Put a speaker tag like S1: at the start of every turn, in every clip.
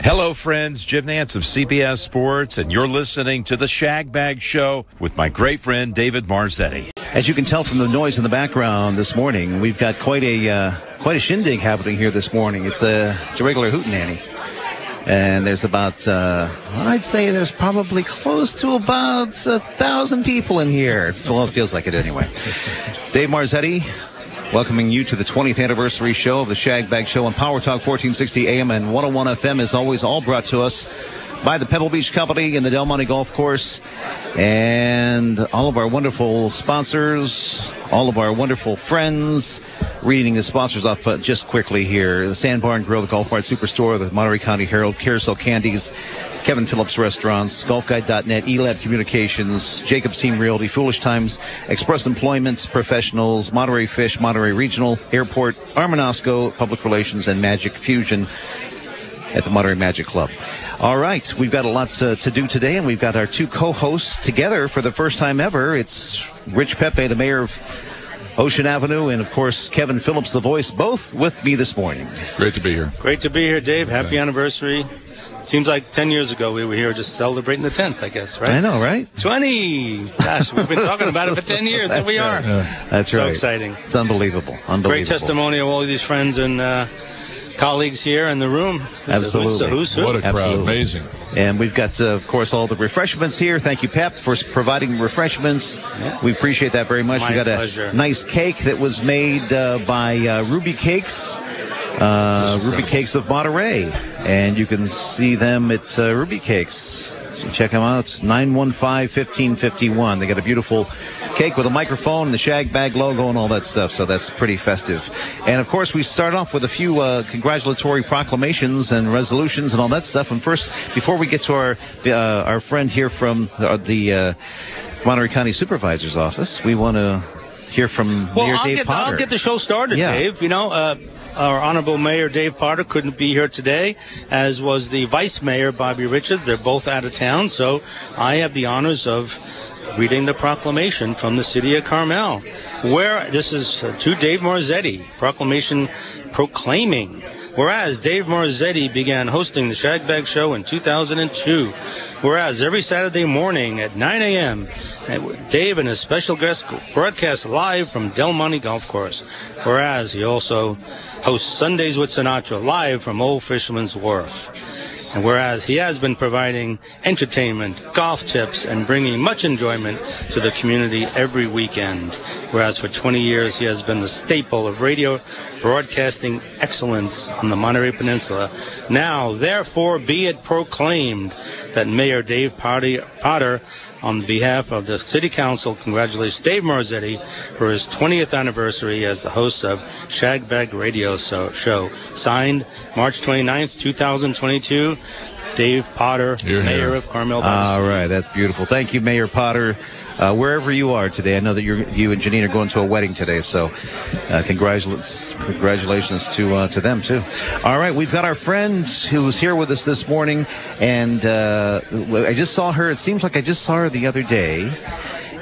S1: Hello, friends. Jim Nance of CBS Sports, and you're listening to The Shag Bag Show with my great friend David Marzetti.
S2: As you can tell from the noise in the background this morning, we've got quite a uh, quite a shindig happening here this morning. It's a it's a regular hootenanny, and there's about uh, I'd say there's probably close to about a thousand people in here. Well, it feels like it anyway. Dave Marzetti. Welcoming you to the 20th anniversary show of the Shag Bag Show on Power Talk 1460 AM and 101 FM, as always, all brought to us by the Pebble Beach Company and the Del Monte Golf Course, and all of our wonderful sponsors, all of our wonderful friends. Reading the sponsors off uh, just quickly here: the Sandbarn Grill, the Golf Mart Superstore, the Monterey County Herald, Carousel Candies, Kevin Phillips Restaurants, GolfGuide.net, ELAB Communications, Jacobs Team Realty, Foolish Times, Express Employment Professionals, Monterey Fish, Monterey Regional Airport, Armanosco Public Relations, and Magic Fusion at the Monterey Magic Club. All right, we've got a lot to, to do today, and we've got our two co-hosts together for the first time ever. It's Rich Pepe, the mayor of Ocean Avenue, and of course Kevin Phillips, the voice, both with me this morning.
S3: Great to be here.
S4: Great to be here, Dave. Happy anniversary. Seems like 10 years ago we were here just celebrating the 10th, I guess, right?
S2: I know, right?
S4: 20! Gosh, we've been talking about it for 10 years, and we are.
S2: That's
S4: So
S2: right.
S4: exciting.
S2: It's unbelievable. Unbelievable.
S4: Great testimony of all these friends and uh, colleagues here in the room. It's a- it's a
S2: Absolutely.
S4: who's who.
S3: What a crowd.
S2: Absolutely.
S3: Amazing.
S2: And we've got, uh, of course, all the refreshments here. Thank you, Pep, for s- providing refreshments. We appreciate that very much.
S4: My
S2: we got
S4: pleasure.
S2: a nice cake that was made uh, by uh, Ruby Cakes, uh, Ruby Cakes of Monterey, and you can see them at uh, Ruby Cakes. So Check them out. 915-1551. They got a beautiful cake with a microphone, the shag bag logo, and all that stuff. So that's pretty festive. And of course, we start off with a few uh, congratulatory proclamations and resolutions and all that stuff. And first, before we get to our uh, our friend here from uh, the uh, Monterey County Supervisor's Office, we want to hear from
S4: Well,
S2: Mayor
S4: I'll,
S2: Dave
S4: get,
S2: Potter.
S4: I'll get the show started,
S2: Yeah.
S4: Dave. You know, uh, our honorable mayor, Dave Potter, couldn't be here today, as was the vice mayor, Bobby Richards. They're both out of town, so I have the honors of reading the proclamation from the city of Carmel, where this is uh, to Dave Marzetti, proclamation proclaiming. Whereas Dave Marzetti began hosting the Shag Bag Show in 2002, whereas every Saturday morning at 9 a.m., eh, Dave and his special guest broadcast live from Del Monte Golf Course, whereas he also hosts Sundays with Sinatra live from Old Fisherman's Wharf. And whereas he has been providing entertainment, golf tips, and bringing much enjoyment to the community every weekend, whereas for 20 years he has been the staple of radio broadcasting excellence on the Monterey Peninsula, now therefore be it proclaimed that Mayor Dave Potter, Potter on behalf of the City Council, congratulates Dave Marzetti for his 20th anniversary as the host of Shag Bag Radio so- Show. Signed, March 29th, 2022. Dave Potter,
S3: Here,
S4: Mayor
S3: here.
S4: of Carmel.
S2: All right, that's beautiful. Thank you, Mayor Potter. Uh, wherever you are today, I know that you're, you and Janine are going to a wedding today, so uh, congratulations, congratulations to uh, to them too. All right, we've got our friend who's here with us this morning, and uh, I just saw her. It seems like I just saw her the other day,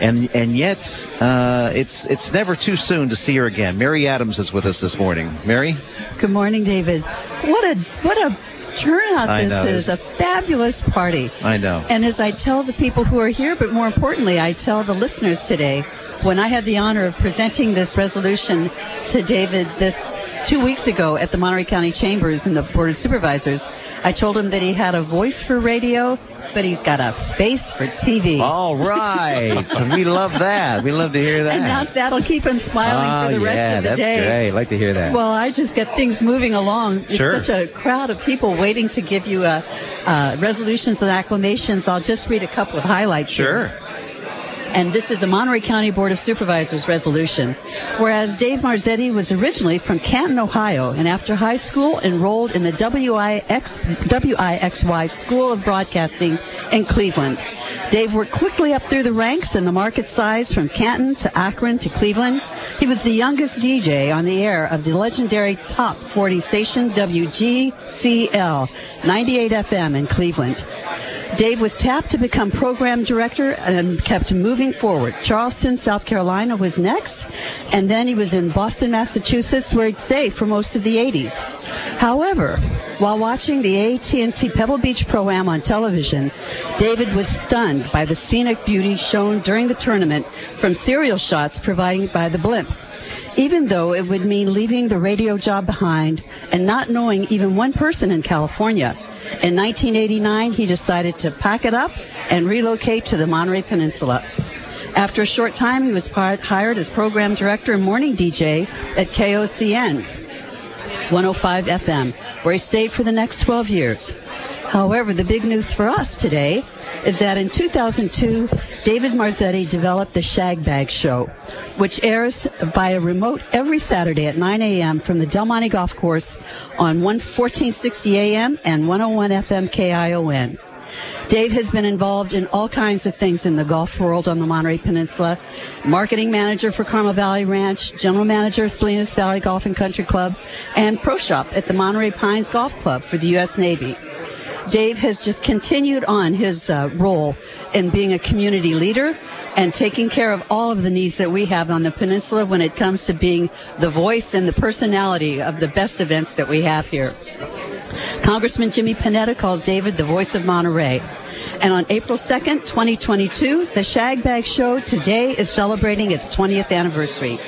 S2: and and yet uh, it's it's never too soon to see her again. Mary Adams is with us this morning. Mary,
S5: Good morning, David. What a what a turnout
S2: I
S5: this
S2: know.
S5: is. A fabulous party.
S2: I know.
S5: And as I tell the people who are here, but more importantly, I tell the listeners today, when I had the honor of presenting this resolution to David this two weeks ago at the Monterey County Chambers and the Board of Supervisors, I told him that he had a voice for radio, but he's got a face for TV.
S2: all right, we love that. We love to hear that.
S5: And now that'll keep him smiling for
S2: Oh,
S5: the rest
S2: yeah,
S5: of the
S2: that's
S5: day.
S2: great. Like to hear that.
S5: Well, I just get things moving along. It's
S2: Sure.
S5: such a crowd of people waiting to give you uh, uh, resolutions and acclamations. I'll just read a couple of highlights. here.
S2: Sure.
S5: And this is a Monterey County Board of Supervisors resolution. Whereas Dave Marzetti was originally from Canton, Ohio, and after high school enrolled in the WIX, WIXY School of Broadcasting in Cleveland. Dave worked quickly up through the ranks in the market size from Canton to Akron to Cleveland. He was the youngest DJ on the air of the legendary top 40 station WGCL 98 FM in Cleveland. Dave was tapped to become program director and kept moving forward. Charleston, South Carolina was next, and then he was in Boston, Massachusetts, where he'd stay for most of the 80s. However, while watching the AT&T Pebble Beach Pro-Am on television, David was stunned by the scenic beauty shown during the tournament from serial shots provided by the blimp even though it would mean leaving the radio job behind and not knowing even one person in California. In 1989, he decided to pack it up and relocate to the Monterey Peninsula. After a short time, he was part, hired as program director and morning DJ at KOCN 105 FM, where he stayed for the next 12 years. However, the big news for us today is that in 2002, David Marzetti developed the Shag Bag Show, which airs via remote every Saturday at 9 a.m. from the Del Monte Golf Course on 1460 a.m. and 101 FM KION. Dave has been involved in all kinds of things in the golf world on the Monterey Peninsula. Marketing manager for Carmel Valley Ranch, general manager of Salinas Valley Golf and Country Club, and pro shop at the Monterey Pines Golf Club for the U.S. Navy. Dave has just continued on his uh, role in being a community leader and taking care of all of the needs that we have on the peninsula when it comes to being the voice and the personality of the best events that we have here. Congressman Jimmy Panetta calls David the voice of Monterey. And on April 2nd, 2022, the Shag Bag Show today is celebrating its 20th anniversary.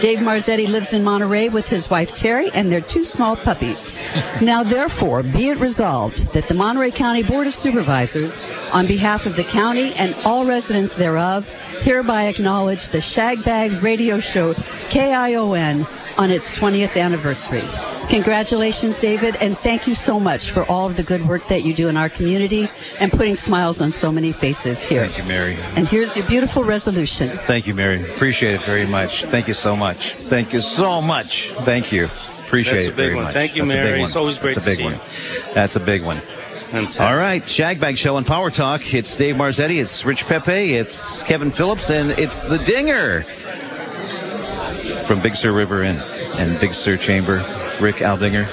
S5: Dave Marzetti lives in Monterey with his wife Terry and their two small puppies. Now, therefore, be it resolved that the Monterey County Board of Supervisors, on behalf of the county and all residents thereof, hereby acknowledge the Shag Bag Radio Show KION on its 20th anniversary. Congratulations, David, and thank you so much for all of the good work that you do in our community and putting smiles on so many faces here.
S2: Thank you, Mary.
S5: And here's your beautiful resolution.
S2: Thank you, Mary. Appreciate it very much. Thank you so much. Thank you so much. Thank you. Appreciate
S4: That's a
S2: it
S4: big
S2: very
S4: one.
S2: much.
S4: Thank you,
S2: That's a big
S4: Mary.
S2: one.
S4: It's always great
S2: That's
S4: to
S2: a big
S4: see
S2: one.
S4: you.
S2: That's a big one.
S4: Fantastic.
S2: All right, Shag Bag Show and Power Talk. It's Dave Marzetti, it's Rich Pepe, it's Kevin Phillips, and it's the Dinger from Big Sur River Inn and Big Sur Chamber. Rick Aldinger.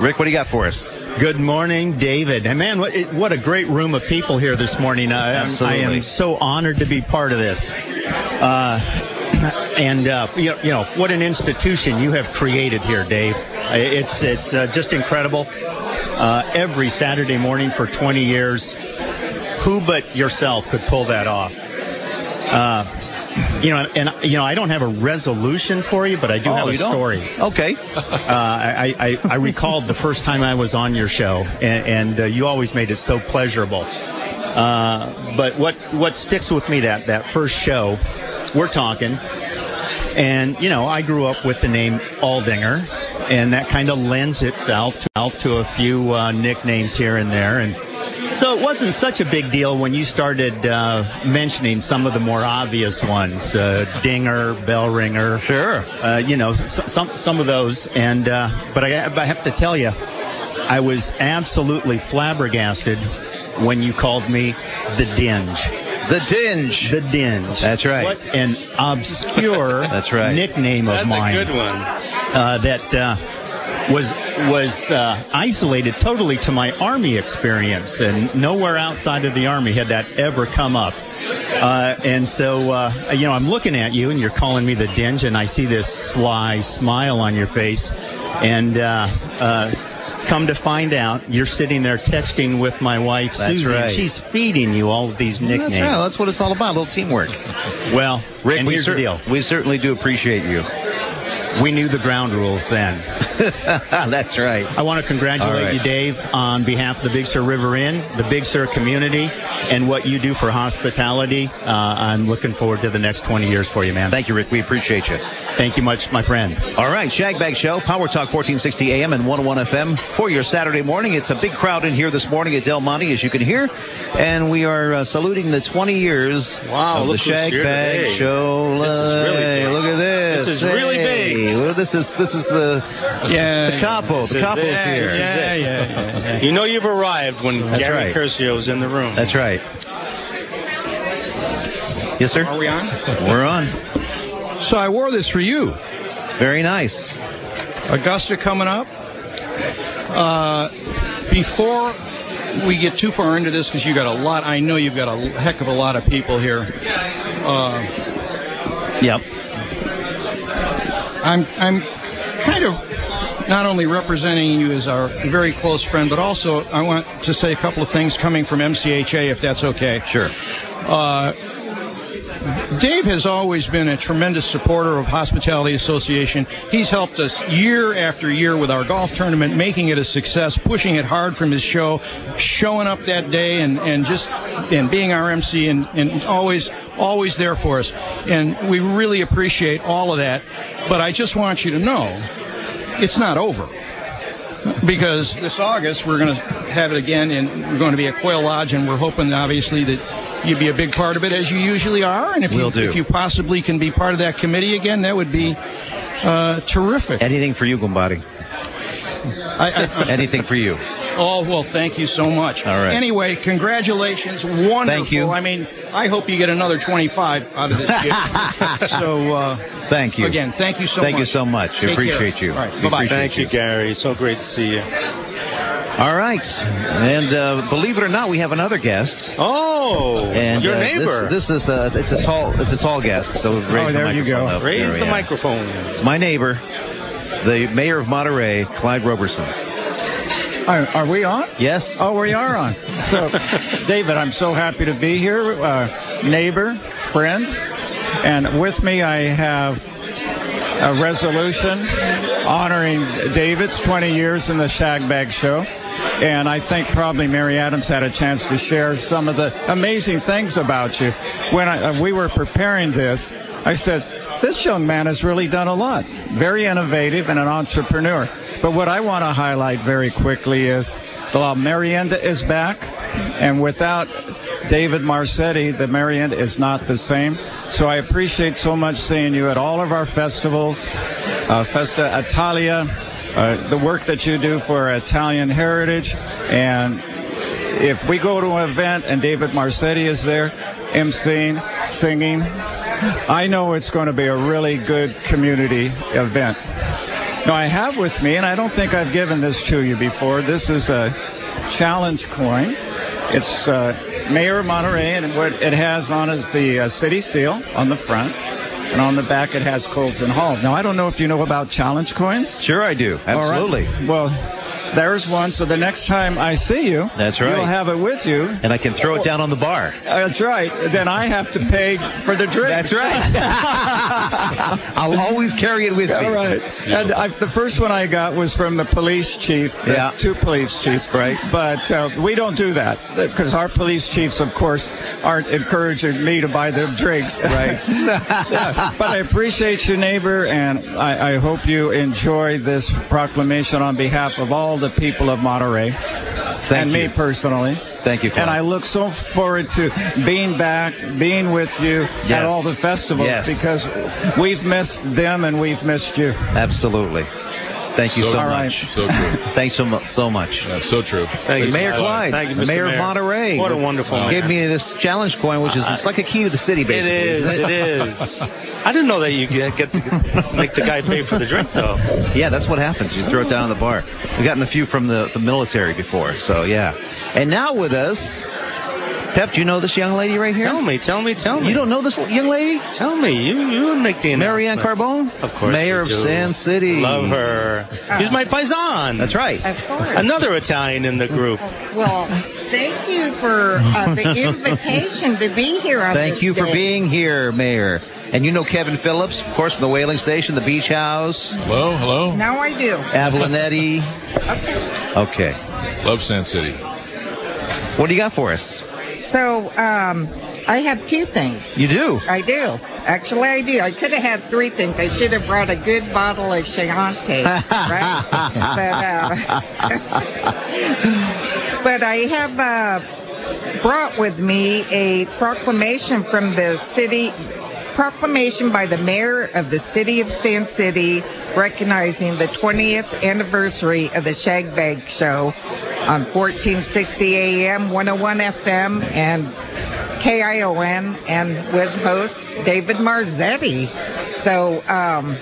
S2: Rick, what do you got for us?
S3: Good morning, David. And man, what, it- what a great room of people here this morning. I, am- I
S2: Absolutely.
S3: am so honored to be part of this. Uh, and uh, you, you know what an institution you have created here, Dave. I- It's it's uh, just incredible. Uh, every Saturday morning for 20 years, who but yourself could pull that off? Uh, you know, and you know, I don't have a resolution for you, but I do
S2: Oh,
S3: have a
S2: you don't?
S3: story
S2: Okay.
S3: uh, I, I, I recalled the first time I was on your show, and, and uh, you always made it so pleasurable. Uh, but what what sticks with me that that first show, we're talking, and you know I grew up with the name Aldinger, and that kind of lends itself to, to a few uh, nicknames here and there, and so it wasn't such a big deal when you started uh, mentioning some of the more obvious ones, uh, Dinger, Bell Ringer,
S2: Sure.
S3: uh, you know, s- some some of those. And uh, but I, but I have to tell you, I was absolutely flabbergasted when you called me the Dinge.
S2: The Dinge.
S3: The Dinge.
S2: That's right.
S3: What an obscure
S2: That's right.
S3: nickname of
S4: That's
S3: mine
S4: a good one.
S3: uh, that uh, was was uh, isolated totally to my army experience, and nowhere outside of the army had that ever come up. Uh, and so, uh, you know, I'm looking at you, and you're calling me the dinge, and I see this sly smile on your face, and. Uh, uh, Come to find out, you're sitting there texting with my wife,
S2: That's
S3: Susie. and
S2: right.
S3: She's feeding you all of these nicknames.
S2: That's right. That's what it's all about. A little teamwork.
S3: Well,
S2: Rick,
S3: and
S2: we,
S3: here's
S2: cer-
S3: the deal:
S2: we certainly do appreciate you.
S3: we knew the ground rules then.
S2: That's right.
S3: I want to
S2: All
S3: congratulate
S2: right.
S3: you, Dave, on behalf of the Big Sur River Inn, the Big Sur community, and what you do for hospitality. Uh, I'm looking forward to the next 20 years for you, man.
S2: Thank you, Rick. We appreciate you.
S3: Thank you much, my friend.
S2: All right, Shag Bag Show, Power Talk 1460 AM and 101 FM for your Saturday morning. It's a big crowd in here this morning at Del Monte, as you can hear. And we are uh, saluting the 20 years
S4: Wow,
S2: of the
S4: look who's
S2: Shag
S4: here
S2: Bag
S4: today.
S2: Show.
S4: This is really
S2: Hey,
S4: big.
S2: Look at this.
S4: This is really
S2: Hey,
S4: big.
S2: well, this is this is the,
S6: Yeah.
S2: the capo. The
S4: is
S2: capo's
S4: it.
S2: here.
S4: This is
S6: Yeah,
S4: it.
S6: yeah, yeah.
S4: You know you've arrived when Gary
S2: right.
S4: Curcio's in the room.
S2: That's right. Yes, sir.
S7: Are we on?
S2: We're on.
S6: So I wore this for you.
S2: Very nice.
S6: Augusta coming up. Uh, before we get too far into this, because you got a lot, I know you've got a heck of a lot of people here. Uh,
S2: Yep.
S6: I'm I'm kind of not only representing you as our very close friend, but also I want to say a couple of things coming from MCHA, if that's okay.
S2: Sure.
S6: Uh, Dave has always been a tremendous supporter of Hospitality Association. He's helped us year after year with our golf tournament, making it a success, pushing it hard from his show, showing up that day, and, and just and being our MC and, and always always there for us. And we really appreciate all of that. But I just want you to know, it's not over because this August we're going to have it again, and we're going to be at Quail Lodge, and we're hoping obviously that you'd be a big part of it as you usually are, and if
S2: Will
S6: you
S2: do.
S6: if you possibly can be part of that committee again, that would be uh, terrific.
S2: Anything for you, Gumbati.
S6: I, I,
S2: Anything for you.
S6: Oh well, thank you so much.
S2: All right.
S6: Anyway, congratulations, wonderful.
S2: Thank you.
S6: I mean, I hope you get another twenty-five out of this. gift. so uh,
S2: Thank you.
S6: again, thank you so much.
S2: Thank you so much.
S6: Take care.
S2: Appreciate you.
S6: All right,
S2: We
S6: bye-bye.
S2: appreciate
S4: Thank you, Gary. So great to see you.
S2: All right. And uh, believe it or not, we have another guest.
S4: Oh,
S2: And
S4: your
S2: uh, this-
S4: neighbor. Oh,
S2: This, is a, it's a tall it's a tall guest. So raise
S6: there
S2: the
S6: you
S2: microphone
S6: go.
S2: up.
S4: Raise
S2: There
S4: the
S2: we are.
S4: microphone.
S2: It's my neighbor, the mayor of Monterey, Clyde Roberson.
S8: Are, are we on?
S2: Yes.
S8: Oh, we are on. So, David, I'm so happy to be here. Uh, neighbor, friend, and with me I have a resolution honoring David's 20 years in the Shag Bag Show. And I think probably Mary Adams had a chance to share some of the amazing things about you. When I, uh, we were preparing this, I said, this young man has really done a lot. Very innovative and an entrepreneur. But what I want to highlight very quickly is well, uh, Marienda is back. And without David Marsetti, the Marienda is not the same. So I appreciate so much seeing you at all of our festivals uh, Festa Italia, uh, the work that you do for Italian heritage, and if we go to an event and David Marsetti is there, emceeing, singing, I know it's going to be a really good community event. Now, I have with me, and I don't think I've given this to you before, this is a challenge coin. It's uh, Mayor of Monterey, and what it has on it is the uh, city seal on the front, and on the back it has Colton Hall. Now, I don't know if you know about challenge coins.
S2: Sure, I do.
S8: All right.
S2: Absolutely.
S8: Well, there's one. So the next time I see you,
S2: That's right.
S8: You'll have it with you.
S2: And I can throw it down on the bar.
S8: Uh, That's right. Then I have to pay for the drink.
S2: That's right. I'll always carry it with me.
S8: All right. And I, the first one I got was from the police chief. the
S2: Yeah.
S8: Two police chiefs.
S2: Right.
S8: But uh, we don't do that because our police chiefs, of course, aren't encouraging me to buy them drinks. Right. but I appreciate you, neighbor, and I, I hope you enjoy this proclamation on behalf of all the people of Monterey and
S2: you.
S8: me personally.
S2: Thank you, Clyde.
S8: And I look so forward to being back, being with you at
S2: Yes.
S8: all the festivals
S2: Yes.
S8: because we've missed them and we've missed you.
S2: Absolutely. Thank you so,
S8: All right.
S2: much.
S9: So true.
S2: Thanks so, mu- so much.
S9: That's so true.
S4: Thank you,
S2: Mayor
S4: Mr.
S2: Clyde,
S4: Thank you,
S2: the
S4: Mr.
S2: mayor, of Monterey.
S4: What a wonderful
S2: Gave
S4: man.
S2: me this challenge coin, which is it's like a key to the city,
S4: It
S2: basically.
S4: is.
S2: isn't
S4: It
S2: it?
S4: is. I didn't know that you get, get to make the guy pay for the drink, though.
S2: Yeah, that's what happens. You throw it down on the bar. We've gotten a few from the, the military before, so yeah. And now with us, Pep, do you know this young lady right here?
S4: Tell me, tell me, tell me.
S2: You don't know this young lady?
S4: tell me. You you make the
S2: Marianne
S4: announcements.
S2: Carbone?
S4: of course,
S2: Mayor
S4: we
S2: of
S4: do.
S2: San City.
S4: Love her. She's my paisan.
S2: That's right.
S10: Of course.
S4: Another Italian in the group.
S10: Well, thank you for uh, the invitation to be here on
S2: Thank
S10: this
S2: you for
S10: day.
S2: being here, Mayor. And you know Kevin Phillips, of course, from the Whaling Station, the Beach House,
S9: Hello, hello.
S10: Now I do.
S2: Avalonetti. okay.
S9: Love San City.
S2: What do you got for us?
S10: So um, I have two things.
S2: You do.
S10: I do. Actually, I do. I could have had three things. I should have brought a good bottle of Chianti, right? but, uh, but I have uh, brought with me a proclamation from the city, proclamation by the mayor of the city of San City recognizing the 20th anniversary of the Shag Bag Show on 1460 AM, 101 FM, and KION and with host David Marzetti. So um,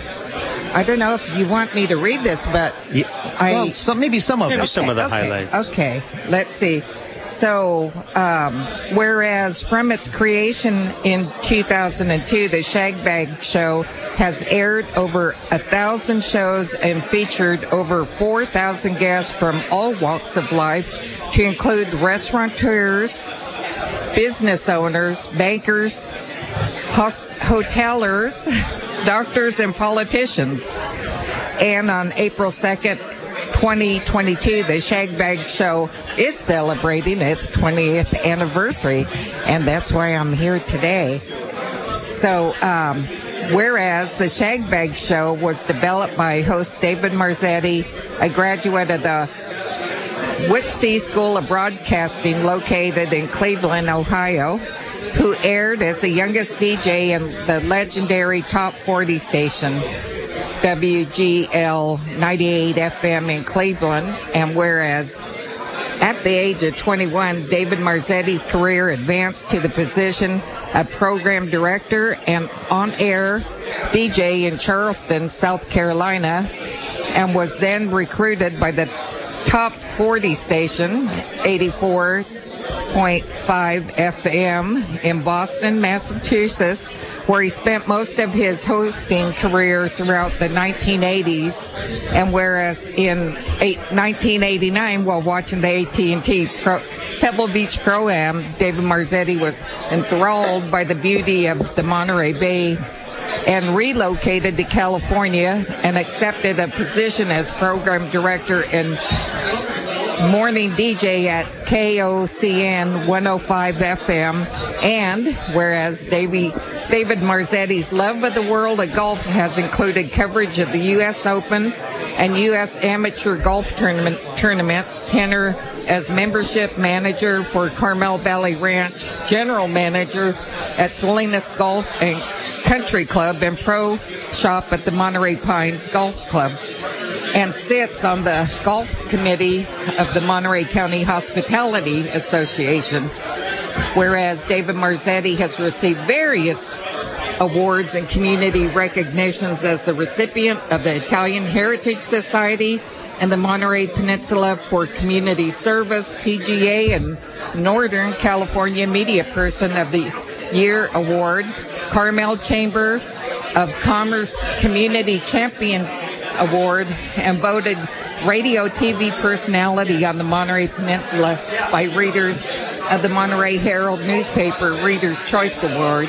S10: I don't know if you want me to read this, but
S2: Yeah.
S10: I
S2: well, some, maybe some of
S4: Maybe
S2: it.
S4: some of the
S10: okay,
S4: highlights.
S10: Okay, let's see. So, um, whereas from its creation in 2002, the Shag Bag Show has aired over a thousand shows and featured over 4,000 guests from all walks of life, to include restaurateurs, business owners, bankers, hos- hotelers, doctors, and politicians. And on April 2nd, 2022, the Shag Bag Show is celebrating its 20th anniversary, and that's why I'm here today. So, um, whereas the Shag Bag Show was developed by host David Marzetti, a graduate of the Whitsey School of Broadcasting, located in Cleveland, Ohio, who aired as the youngest DJ in the legendary Top 40 station, WGL 98 FM in Cleveland. And whereas at the age of 21, David Marzetti's career advanced to the position of program director and on air DJ in Charleston, South Carolina, and was then recruited by the top 40 station, 84.5 FM, in Boston, Massachusetts, where he spent most of his hosting career throughout the 1980s. And whereas in eight, 1989, while watching the AT&T Pro, Pebble Beach Pro-Am, David Marzetti was enthralled by the beauty of the Monterey Bay and relocated to California and accepted a position as program director and morning DJ at KOCN 105 FM. And whereas Davey, David Marzetti's love of the world of golf has included coverage of the U.S. Open and U.S. amateur golf tournament, tournaments, tenor as membership manager for Carmel Valley Ranch, general manager at Salinas Golf and Country Club, and pro shop at the Monterey Pines Golf Club and sits on the golf committee of the Monterey County Hospitality Association. Whereas David Marzetti has received various awards and community recognitions as the recipient of the Italian Heritage Society and the Monterey Peninsula for Community Service, PGA, and Northern California Media Person of the Year Award, Carmel Chamber of Commerce Community Champion Award and voted radio TV personality on the Monterey Peninsula by readers of the Monterey Herald newspaper Reader's Choice Award.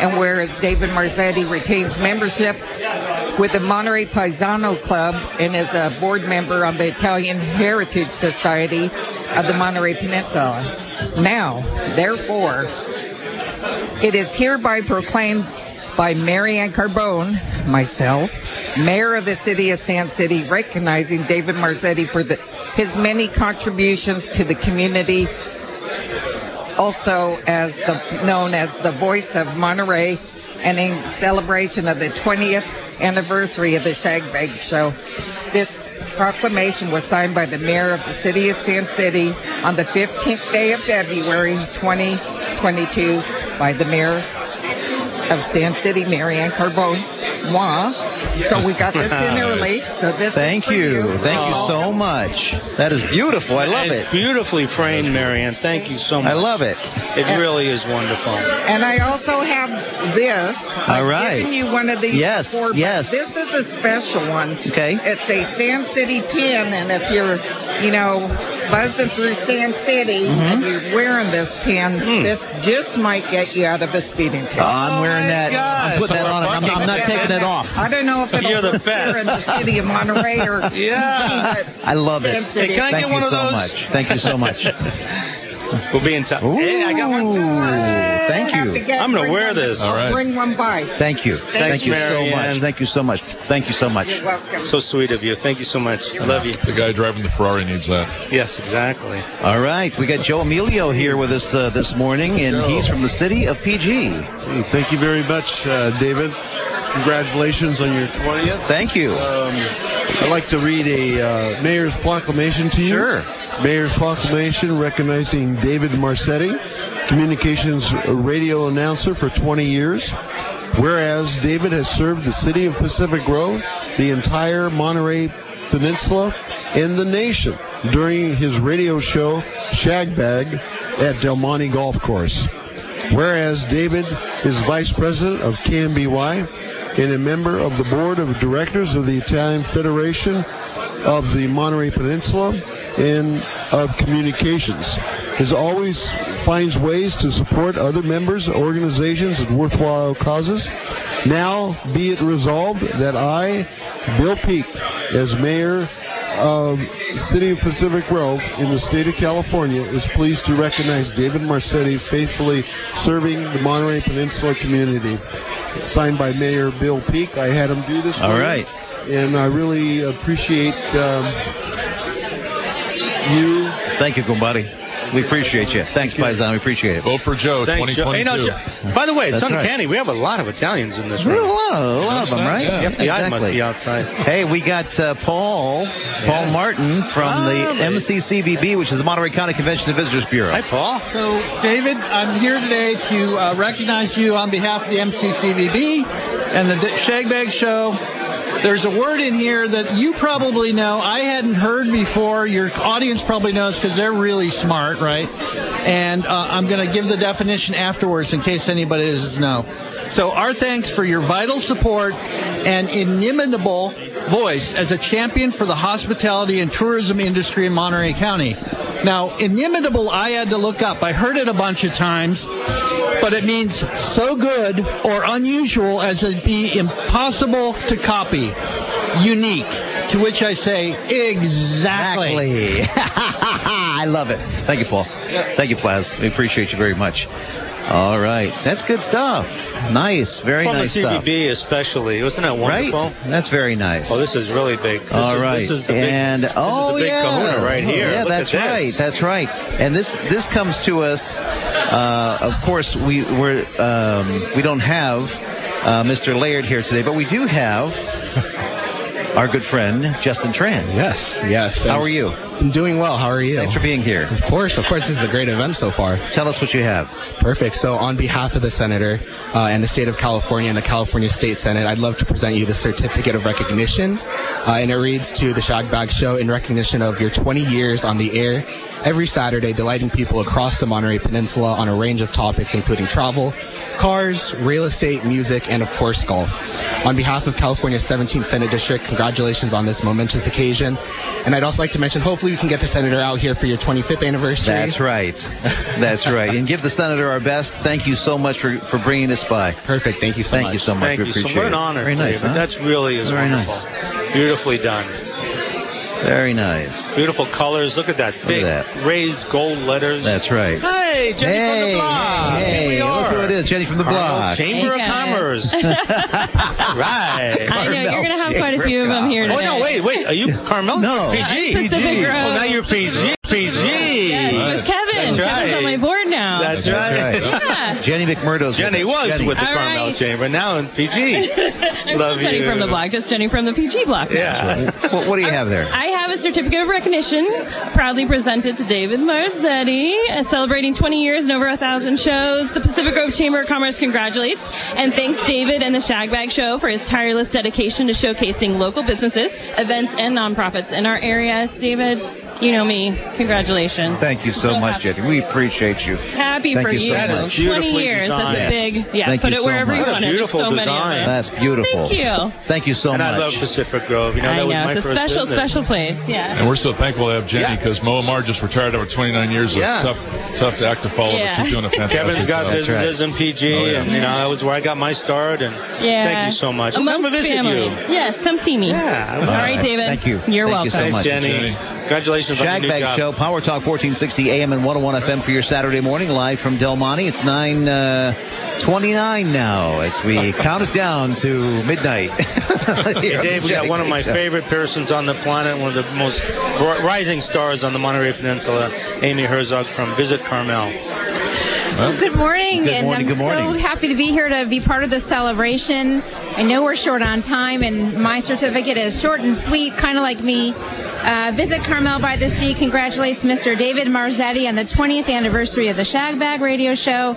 S10: And whereas David Marzetti retains membership with the Monterey Paisano Club and is a board member on the Italian Heritage Society of the Monterey Peninsula. Now, therefore, it is hereby proclaimed by Marianne Carbone, myself, mayor of the city of San City, recognizing David Marzetti for the, his many contributions to the community, also as the, known as the voice of Monterey, and in celebration of the 20th anniversary of the Shag Bag Show. This proclamation was signed by the mayor of the city of San City on the 15th day of February 2022 by the mayor of San City, Marianne Carbone. Moi. So we got this in early. So this. is
S2: Thank
S10: for
S2: you. Thank you so much. That is beautiful. I love
S4: It's
S2: it.
S4: beautifully framed, Marianne. Thank you so much.
S2: I love it.
S4: It really is wonderful.
S10: And I also have this.
S2: All right.
S10: I've given you one of these.
S2: Yes,
S10: before, but
S2: yes.
S10: This is a special one.
S2: Okay.
S10: It's a San City pin, and if you're, you know, buzzing through San City
S2: Mm-hmm.
S10: and you're wearing this pin, this just might get you out of a speeding ticket.
S2: Hmm.
S4: Oh,
S2: I'm wearing that. I'm putting that on. I'm, I'm not taking it off.
S10: I don't know if it'll
S4: You're the
S10: look fair in the city of Monterey or
S4: Yeah.
S2: I love
S10: San
S2: it.
S10: City. Hey, can I
S2: Thank
S4: get
S2: you
S4: one of
S2: so
S4: those?
S2: much. Thank you so much.
S4: We'll be in touch. Hey, I got one
S2: Ooh,
S4: too.
S2: Thank
S10: have to
S2: you.
S10: get-
S4: I'm gonna
S10: bring
S4: wear
S10: one-
S4: this. All
S11: right.
S10: Bring one by.
S2: Thank you. Thank you so
S4: Marianne.
S2: much. Thank you so much. Thank you so much.
S10: Welcome.
S4: So sweet of you. Thank you so much. I love you.
S11: The guy driving the Ferrari needs that.
S4: Yes, exactly.
S2: All right, we got Joe Emilio here with us uh, this morning, and he's from the city of PG.
S12: Thank you very much, uh, David. Congratulations on your 20th.
S2: Thank you.
S12: I'd like to read a uh, mayor's proclamation to you.
S2: Sure.
S12: Mayor's proclamation recognizing David Marsetti, communications radio announcer for 20 years. Whereas David has served the city of Pacific Grove, the entire Monterey Peninsula, and the nation during his radio show Shag Bag at Del Monte Golf Course. Whereas David is vice president of KMBY and a member of the board of directors of the Italian Federation of the Monterey Peninsula and of communications. He always finds ways to support other members, organizations, and worthwhile causes. Now be it resolved that I, Bill Peak, as mayor of Um, City of Pacific Grove in the state of California, is pleased to recognize David Marcetti faithfully serving the Monterey Peninsula community. Signed by Mayor Bill Peak. I had him do this.
S2: All
S12: morning,
S2: right.
S12: And I really appreciate um, you
S2: Thank you, Gumbadi. We appreciate you. Thanks, Paisan. We appreciate it.
S11: Vote for Joe
S4: Thank Joe. You know,
S11: 2022.
S4: Joe- by the way, it's
S2: That's right.
S4: uncanny. We have a lot of Italians in this
S2: There are
S4: room.
S2: A lot, a lot of them, right?
S11: Yeah.
S4: Yep, the eye must be outside.
S2: Hey, we got uh, Paul, Paul Martin from
S4: Ah,
S2: the
S4: man.
S2: MCCBB, which is the Monterey County Convention and Visitors Bureau.
S4: Hi, Paul.
S13: So, David, I'm here today to uh, recognize you on behalf of the MCCVB and the D- Shag Bag Show. There's a word in here that you probably know. I hadn't heard before. Your audience probably knows because they're really smart, right? And uh, I'm going to give the definition afterwards in case anybody doesn't know. So, our thanks for your vital support and inimitable voice as a champion for the hospitality and tourism industry in Monterey County. Now, inimitable, I had to look up. I heard it a bunch of times, but it means so good or unusual as it be impossible to copy, unique. To which I say, exactly.
S2: Exactly. I love it. Thank you, Paul. Thank you, Plaz. We appreciate you very much. All right. That's good stuff. Nice. Very
S4: From
S2: nice
S4: the
S2: stuff.
S4: CBB, especially. Wasn't that
S2: Right?
S4: wonderful?
S2: That's very nice.
S4: Oh, this is really big. This
S2: All
S4: is,
S2: right,
S4: This is the big,
S2: and
S4: this is the
S2: oh
S4: big kahuna
S2: yes.
S4: right here.
S2: Yeah,
S4: Look
S2: that's
S4: at
S2: right.
S4: this.
S2: That's right. And this this comes to us. Uh, of course, we we're, um, we don't have uh, Mr. Laird here today, but we do have our good friend Justin Tran.
S13: Yes, yes.
S2: How are you?
S13: I'm doing well. How are you?
S2: Thanks for being here.
S13: Of course, of course, this is a great event so far.
S2: Tell us what you have.
S13: Perfect. So, on behalf of the Senator uh, and the state of California and the California State Senate, I'd love to present you the certificate of recognition. Uh, and it reads to the Shag Bag Show in recognition of your 20 years on the air every Saturday, delighting people across the Monterey Peninsula on a range of topics, including travel, cars, real estate, music, and of course, golf. On behalf of California's 17th Senate District, congratulations on this momentous occasion. And I'd also like to mention, hopefully, we can get the Senator out here for your 25th anniversary.
S2: That's right. That's right. And give the senator our best. Thank you so much for, for bringing this by.
S13: Perfect. Thank you so
S2: Thank
S13: much.
S2: you so much.
S4: Thank
S2: we
S4: you. So
S2: appreciate
S4: what an
S2: it.
S4: honor.
S2: Very nice.
S4: David.
S2: huh?
S4: That's really is
S2: Very
S4: wonderful. Beautifully done.
S2: Very nice.
S4: Beautiful colors. Look at that. big
S2: that.
S4: raised gold letters.
S2: That's right.
S4: Hey, Jenny from the
S2: Hey,
S4: block. Here we
S2: hey,
S4: are.
S2: look who it is, Jenny from the block.
S4: Chamber
S14: Hey,
S4: of
S14: guys.
S4: Commerce. right.
S14: I know you're
S2: Carmel
S14: gonna have quite a few of them here.
S4: Oh
S14: Today.
S4: no! Wait, wait. Are you Carmel?
S2: No.
S4: PG.
S14: I'm Pacific
S4: PG.
S14: Grove.
S4: Oh, now you're PG. PG.
S14: Yes, with Kevin.
S4: That's
S14: Kevin's on my
S4: right.
S14: board now.
S4: That's, right.
S2: That's right.
S14: yeah.
S2: Jenny McMurdo's
S4: Jenny
S2: with us.
S4: was
S2: Jenny.
S4: with the
S14: All
S4: Carmel
S14: right.
S4: Chamber. Now in PG.
S14: I'm still
S4: Love
S14: Jenny
S4: you.
S14: from the block, just Jenny from the PG block. now.
S4: Yeah.
S2: What, what do you have there?
S14: I have a certificate of recognition proudly presented to David Marzetti, uh, celebrating 20 years and over a thousand shows. The Pacific Grove Chamber of Commerce congratulates and thanks David and the Shag Bag Show for his tireless dedication to showcasing local businesses, events, and nonprofits in our area. David, you know me. Congratulations.
S2: Thank you so,
S14: So
S2: much,
S14: happy.
S2: Jenny. We appreciate you.
S14: Happy
S2: Thank
S14: for
S2: you
S14: you.
S2: so That is much.
S14: 20
S4: beautifully
S14: years.
S4: designed.
S14: That's a big. Yeah,
S2: Thank
S14: put
S2: you
S14: it
S2: so
S14: wherever
S2: much.
S14: you
S2: What a
S14: want it. There's
S4: beautiful
S14: so
S4: design.
S14: many of them.
S2: That's beautiful.
S14: Thank you.
S2: Thank you so
S4: And
S2: much.
S4: I love Pacific Grove. You know,
S14: I
S4: that was
S14: know.
S4: my
S14: It's a
S4: first
S14: special,
S4: visit.
S14: special place. Yeah.
S11: And we're so thankful to have Jenny
S4: Yeah.
S11: because Moa Mar just retired after 29 years. of
S4: Yeah.
S11: Tough, tough act to follow,
S14: Yeah.
S11: but she's doing a fantastic
S4: Kevin's got
S11: job.
S4: businesses in PG,
S11: Oh, yeah.
S4: and you know that was where I got my start. And
S14: Yeah.
S4: thank you so much.
S14: Amongst
S4: Come visit
S14: family.
S4: you.
S14: Yes, come see me.
S4: Yeah.
S14: All right,
S2: right.
S14: David.
S2: Thank you.
S14: You're
S2: Thank
S14: welcome.
S2: you so
S4: Thanks,
S2: much.
S4: Jenny.
S11: Jenny.
S4: Congratulations on
S2: Shag
S4: your new
S2: Bag
S4: job.
S2: Show, Power Talk 1460 AM and 101 FM for your Saturday morning, live from Del Monte. It's 9 uh, 29 now as we count it down to midnight.
S4: Hey, Dave, we got one of my favorite persons on the planet, one of the most r- rising stars on the Monterey Peninsula, Amy Herzog from Visit Carmel.
S14: Good morning,
S2: Good and morning, I'm good morning. so
S14: happy to be here to be part of the celebration. I know we're short on time, and my certificate is short and sweet, kind of like me.
S15: Uh, Visit Carmel by the Sea congratulates Mr. David Marzetti on the 20th anniversary of the Shagbag Radio Show.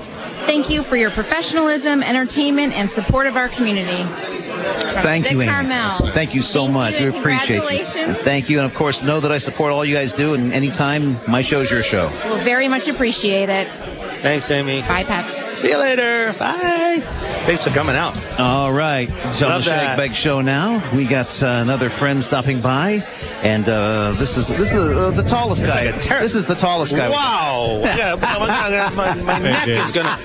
S15: Thank you for your professionalism, entertainment, and support of our community.
S2: Thank you,
S15: Visit
S2: Amy.
S15: Carmel.
S2: Thank you so much.
S15: you,
S2: we appreciate you.
S15: congratulations.
S2: Thank you. And of course, know that I support all you guys do. And anytime my show's your show.
S15: We'll very much appreciate it.
S4: Thanks, Amy.
S15: Bye, Pat.
S4: See you later. Bye. Thanks for coming out.
S2: All right. So
S4: Love
S2: the Shag
S4: that.
S2: Bag Show now. We got uh, another friend stopping by. And uh, this is this is uh, the tallest
S4: It's
S2: guy.
S4: like a ter-
S2: this is the tallest guy.
S4: Wow. yeah, well, my, my, my neck is going to.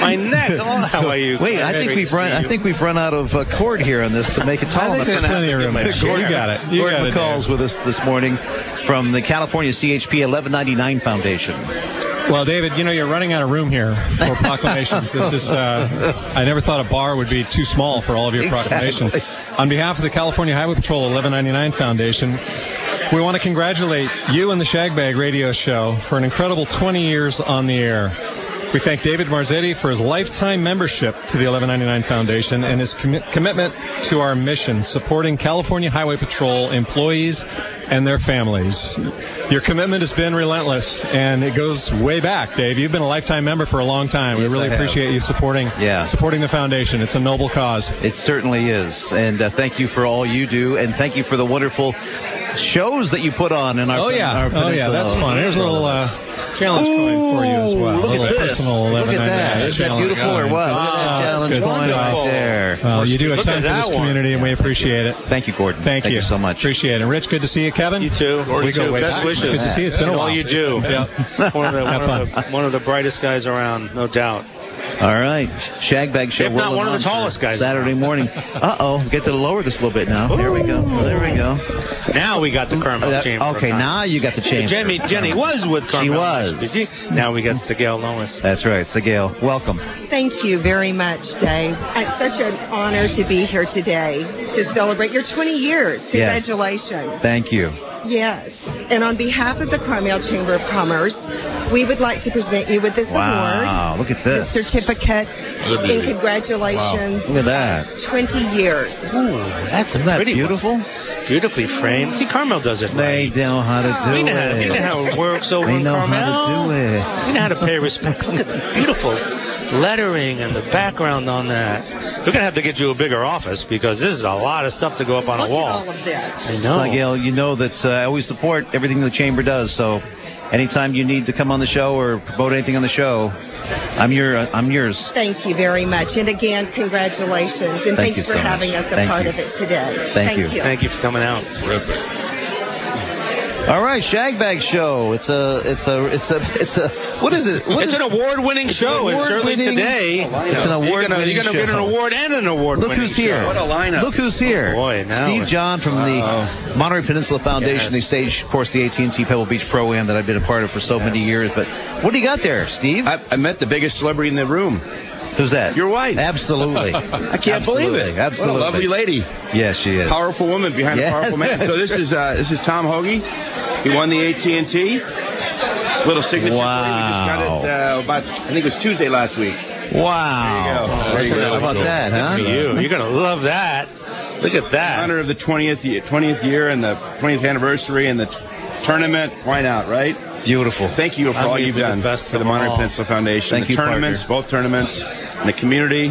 S4: My neck. Oh, how are you?
S2: Wait, I think
S4: Great
S2: we've
S4: to
S2: run.
S4: see
S2: I
S4: you.
S2: think we've run out of uh, cord here on this to make it tall
S4: I think
S2: enough.
S4: there's plenty of room.
S2: Gordon-
S4: You got it. You
S2: Gordon
S4: got it,
S2: McCall's with us this morning from the California CHP 1199 Foundation.
S16: Well, David, you know you're running out of room here for proclamations. this is uh, I never thought a bar would be too small for all of your proclamations. On behalf of the California Highway Patrol 1199 Foundation, we want to congratulate you and the Shagbag Radio Show for an incredible 20 years on the air. We thank David Marzetti for his lifetime membership to the 1199 Foundation and his commi- commitment to our mission, supporting California Highway Patrol employees and their families. Your commitment has been relentless, and it goes way back, Dave. You've been a lifetime member for a long time.
S2: Yes,
S16: we
S2: I
S16: really
S2: have.
S16: appreciate you supporting
S2: Yeah.
S16: supporting the foundation. It's a noble cause.
S2: It certainly is. And uh, thank you for all you do, and thank you for the wonderful shows that you put on in our.
S16: Oh yeah,
S2: our
S16: oh yeah,
S2: peninsula.
S16: that's fun. Here's a little uh, challenge coin for you as well. a
S2: Ooh, look
S16: little
S2: at this.
S16: personal
S2: Look at
S16: 11.99
S2: that. Is that
S16: challenge
S2: beautiful or
S16: coin.
S2: what? Look at that
S16: Ah,
S2: challenge
S16: good
S2: coin
S16: stuff.
S2: right there.
S16: Well, you do a
S2: Look
S16: ton
S2: at
S16: for
S2: that
S16: this
S2: one.
S16: community, and we appreciate it.
S2: Thank you, Gordon.
S16: Thank,
S2: Thank
S16: you.
S2: you so much.
S16: Appreciate it. And Rich, good to see you. Kevin, you
S4: too.
S16: We go way
S4: Best
S16: back.
S4: wishes.
S16: Good to see you. It's been
S4: and
S16: a while.
S4: All you do.
S16: Yeah.
S4: One of the,
S16: Have
S4: one of the- one of the brightest guys around, no doubt.
S2: All right, Shag Bag Show.
S4: If not
S2: rolling
S4: one of the
S2: on for
S4: tallest guys
S2: Saturday morning. Uh oh, get to lower this a little bit now. There we go. There we go.
S4: Now we got the Carmel
S2: Oh, that-
S4: Chamber.
S2: okay, now you got the chamber.
S4: Jenny, Jenny was with Carmel.
S2: She was.
S4: initially. She- Now we got Sigal Lois.
S2: That's right, Sagale. Welcome.
S17: Thank you very much, Dave. It's such an honor to be here today to celebrate your 20
S2: Yes.
S17: years. Congratulations.
S2: Thank you.
S17: Yes. And on behalf of the Carmel Chamber of Commerce, we would like to present you with this
S2: Wow,
S17: award.
S2: look at this.
S17: The certificate.
S2: Look at
S17: And
S2: that.
S17: congratulations.
S2: Wow. Look at that.
S17: 20 years.
S2: That's Isn't that beautiful?
S4: Beautifully framed. See, Carmel does it right.
S2: They know how to do
S4: we know
S2: it.
S4: how- we know how it works over
S2: They
S4: in
S2: know
S4: Carmel.
S2: how to do it.
S4: We know how to pay respect. Look at the beautiful lettering and the background on that. We're gonna have to get you a bigger office because this is a lot of stuff to go up on a wall.
S17: All of this.
S4: I know.
S2: Sagale, you know that uh, I always support everything the chamber does. So, anytime you need to come on the show or promote anything on the show, I'm your. uh, I'm yours.
S17: Thank you very much. And again, congratulations. And
S2: Thank you
S17: thanks for
S2: so much.
S17: having us a
S2: Thank
S17: part
S2: you.
S17: of it today.
S4: Thank you for coming out. Terrific.
S2: All right, Shag Bag Show. It's a, it's a, it's a, it's a. What is it? What
S4: it's
S2: is-
S4: an award-winning
S2: It's an
S4: show, and certainly
S2: award-winning-
S4: today,
S2: It's an
S4: you're
S2: award.
S4: gonna- You're going to get an award and an award.
S2: Look who's here! Look who's here!
S4: boy, now
S2: Steve
S4: it's-
S2: John from the Monterey Peninsula
S4: Yes.
S2: Foundation. They stage, of course, the AT&T Pebble Beach Pro Am that I've been a part of for so many years. But what do you got there, Steve? I, I met the biggest celebrity in the room. Who's that? Your wife. Absolutely.
S18: I can't believe it. What
S2: Absolutely.
S18: a
S2: Absolutely.
S18: lovely lady.
S2: Yes, she is.
S18: Powerful woman behind
S2: Yeah.
S18: a powerful man. So this is uh, this is Tom Hoagie. He won the AT and T little signature.
S2: Wow.
S18: Plate. We just got it uh, about I think it was Tuesday last week.
S2: Wow.
S18: There you go.
S2: How about that, huh?
S4: You're gonna love that. Look at that.
S18: In honor of the 20th year, 20th year and the 20th anniversary and the t- tournament. Why not? Right.
S2: Beautiful.
S18: Thank you for
S4: I
S18: all
S4: mean,
S18: you've
S4: you're the
S18: done
S4: best
S18: for the
S4: of
S18: Monterey
S4: all.
S18: Peninsula Foundation.
S2: Thank
S18: the
S2: you,
S18: tournaments, both tournaments, and the community.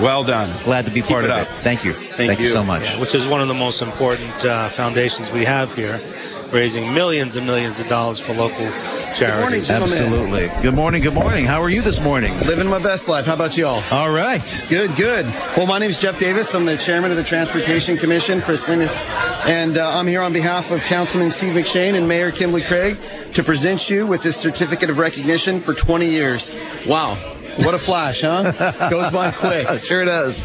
S18: Well done.
S2: Glad to be part
S18: Keep
S2: of
S18: it up.
S2: it. Thank you. Thank, you. so much.
S4: Yeah, which is one of the most important uh, foundations we have here, raising millions and millions of dollars for local charities.
S2: Absolutely. Good morning. Good morning. How are you this morning?
S19: Living my best life. How about you all?
S2: All right.
S19: Good, good. Well, my name is Jeff Davis. I'm the chairman of the Transportation Commission for Salinas. And uh, I'm here on behalf of Councilman Steve McShane and Mayor Kimberly Craig to present you with this certificate of recognition for 20 years. Wow. What a flash, huh? Goes by quick.
S2: Sure does.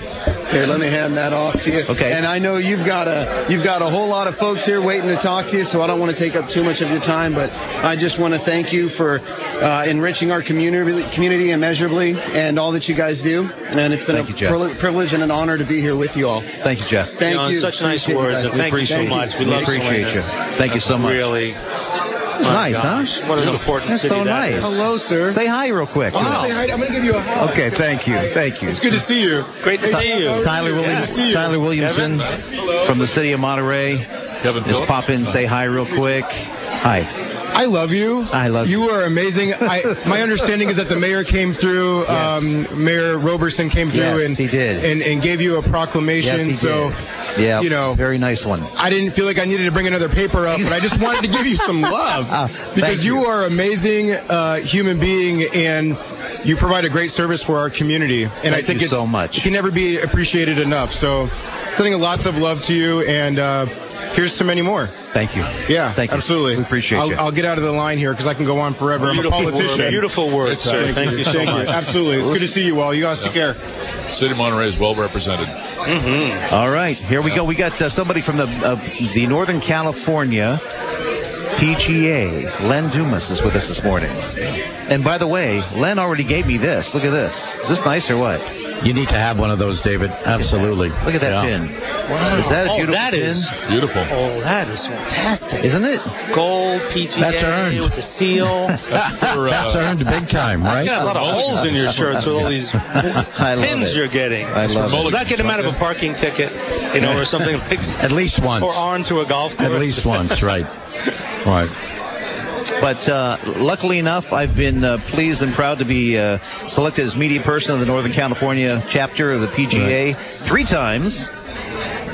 S19: Here, let me hand that off to you.
S2: Okay.
S19: And I know you've got a you've got a whole lot of folks here waiting to talk to you, so I don't want to take up too much of your time. But I just want to thank you for uh, enriching our community community immeasurably, and all that you guys do. And it's been
S2: Thank
S19: a
S2: you, Jeff.
S19: privi- privilege and an honor to be here with you all.
S2: Thank you, Jeff.
S19: Thank
S4: know,
S19: you.
S4: Such nice
S19: Appreciate
S4: words.
S19: you
S4: and
S19: guys.
S4: thank you so
S19: Thank
S4: much. We love
S2: appreciate
S4: Salinas.
S2: you. Thank you so much.
S4: Really.
S2: That's nice,
S4: gosh,
S2: huh?
S4: What an important
S2: That's
S4: city
S2: so
S4: that
S2: nice.
S4: is.
S19: Hello, sir.
S2: Say hi real quick.
S19: I'm gonna say hi- I'm going to give you a hug.
S2: Okay, thank you. Thank you.
S19: It's good to see you.
S4: Great to see you.
S2: Tyler,
S4: Good
S2: Williams,
S4: to see you.
S2: Tyler Williamson
S4: Kevin?
S2: from the city of Monterey.
S11: Kevin
S2: Just
S11: Phillips.
S2: pop in, say hi real quick. Hi.
S20: I love you.
S2: I love you.
S20: You are amazing. I, my understanding is that the mayor came through. Um, mayor Roberson came through
S2: Yes,
S20: and
S2: he did.
S20: and and gave you a proclamation.
S2: Yes, he
S20: so.
S2: did. Yeah,
S20: you know,
S2: very nice one.
S20: I didn't feel like I needed to bring another paper up, but I just wanted to give you some love
S2: Oh,
S20: because you. are an amazing uh, human being and you provide a great service for our community. And I
S2: Thank
S20: think
S2: you
S20: it's,
S2: so much.
S20: it can never be appreciated enough. So, sending lots of love to you, and uh, here's to many more.
S2: Thank you.
S20: Yeah,
S2: Thank you.
S20: absolutely.
S2: We appreciate
S20: I'll,
S2: you.
S20: I'll get out of the line here because I can go on forever. I'm a
S11: Beautiful
S20: politician.
S11: word. Beautiful word,
S20: It's,
S11: sir.
S20: uh,
S11: Thank you so much.
S20: Absolutely. It's good to see you all. You guys take care.
S11: City of Monterey is well represented.
S20: Mm-hmm.
S2: All right, here we go. We got uh, somebody from the uh, the Northern California PGA. Len Dumas is with us this morning. And by the way, Len already gave me this. Look at this. Is this nice or what?
S21: You need to have one of those, David. Absolutely.
S2: Look at that
S21: Yeah.
S2: pin. Is that a
S21: Oh,
S2: beautiful
S21: that
S2: pin?
S21: is
S11: beautiful.
S4: Oh, that is fantastic.
S2: Isn't it?
S4: Gold, PGA,
S21: That's earned.
S4: with the seal.
S21: That's for, uh, That's earned big time, right?
S4: You got a lot of holes in your shirts with all these
S21: I love
S4: pins
S21: it.
S4: you're getting.
S21: I love it.
S4: Not get them out of a parking ticket, you know, or something like that.
S21: At least once.
S4: Or onto a golf course.
S21: At least once, right. Right.
S2: But uh, luckily enough, I've been uh, pleased and proud to be uh, selected as media person of the Northern California chapter of the PGA three times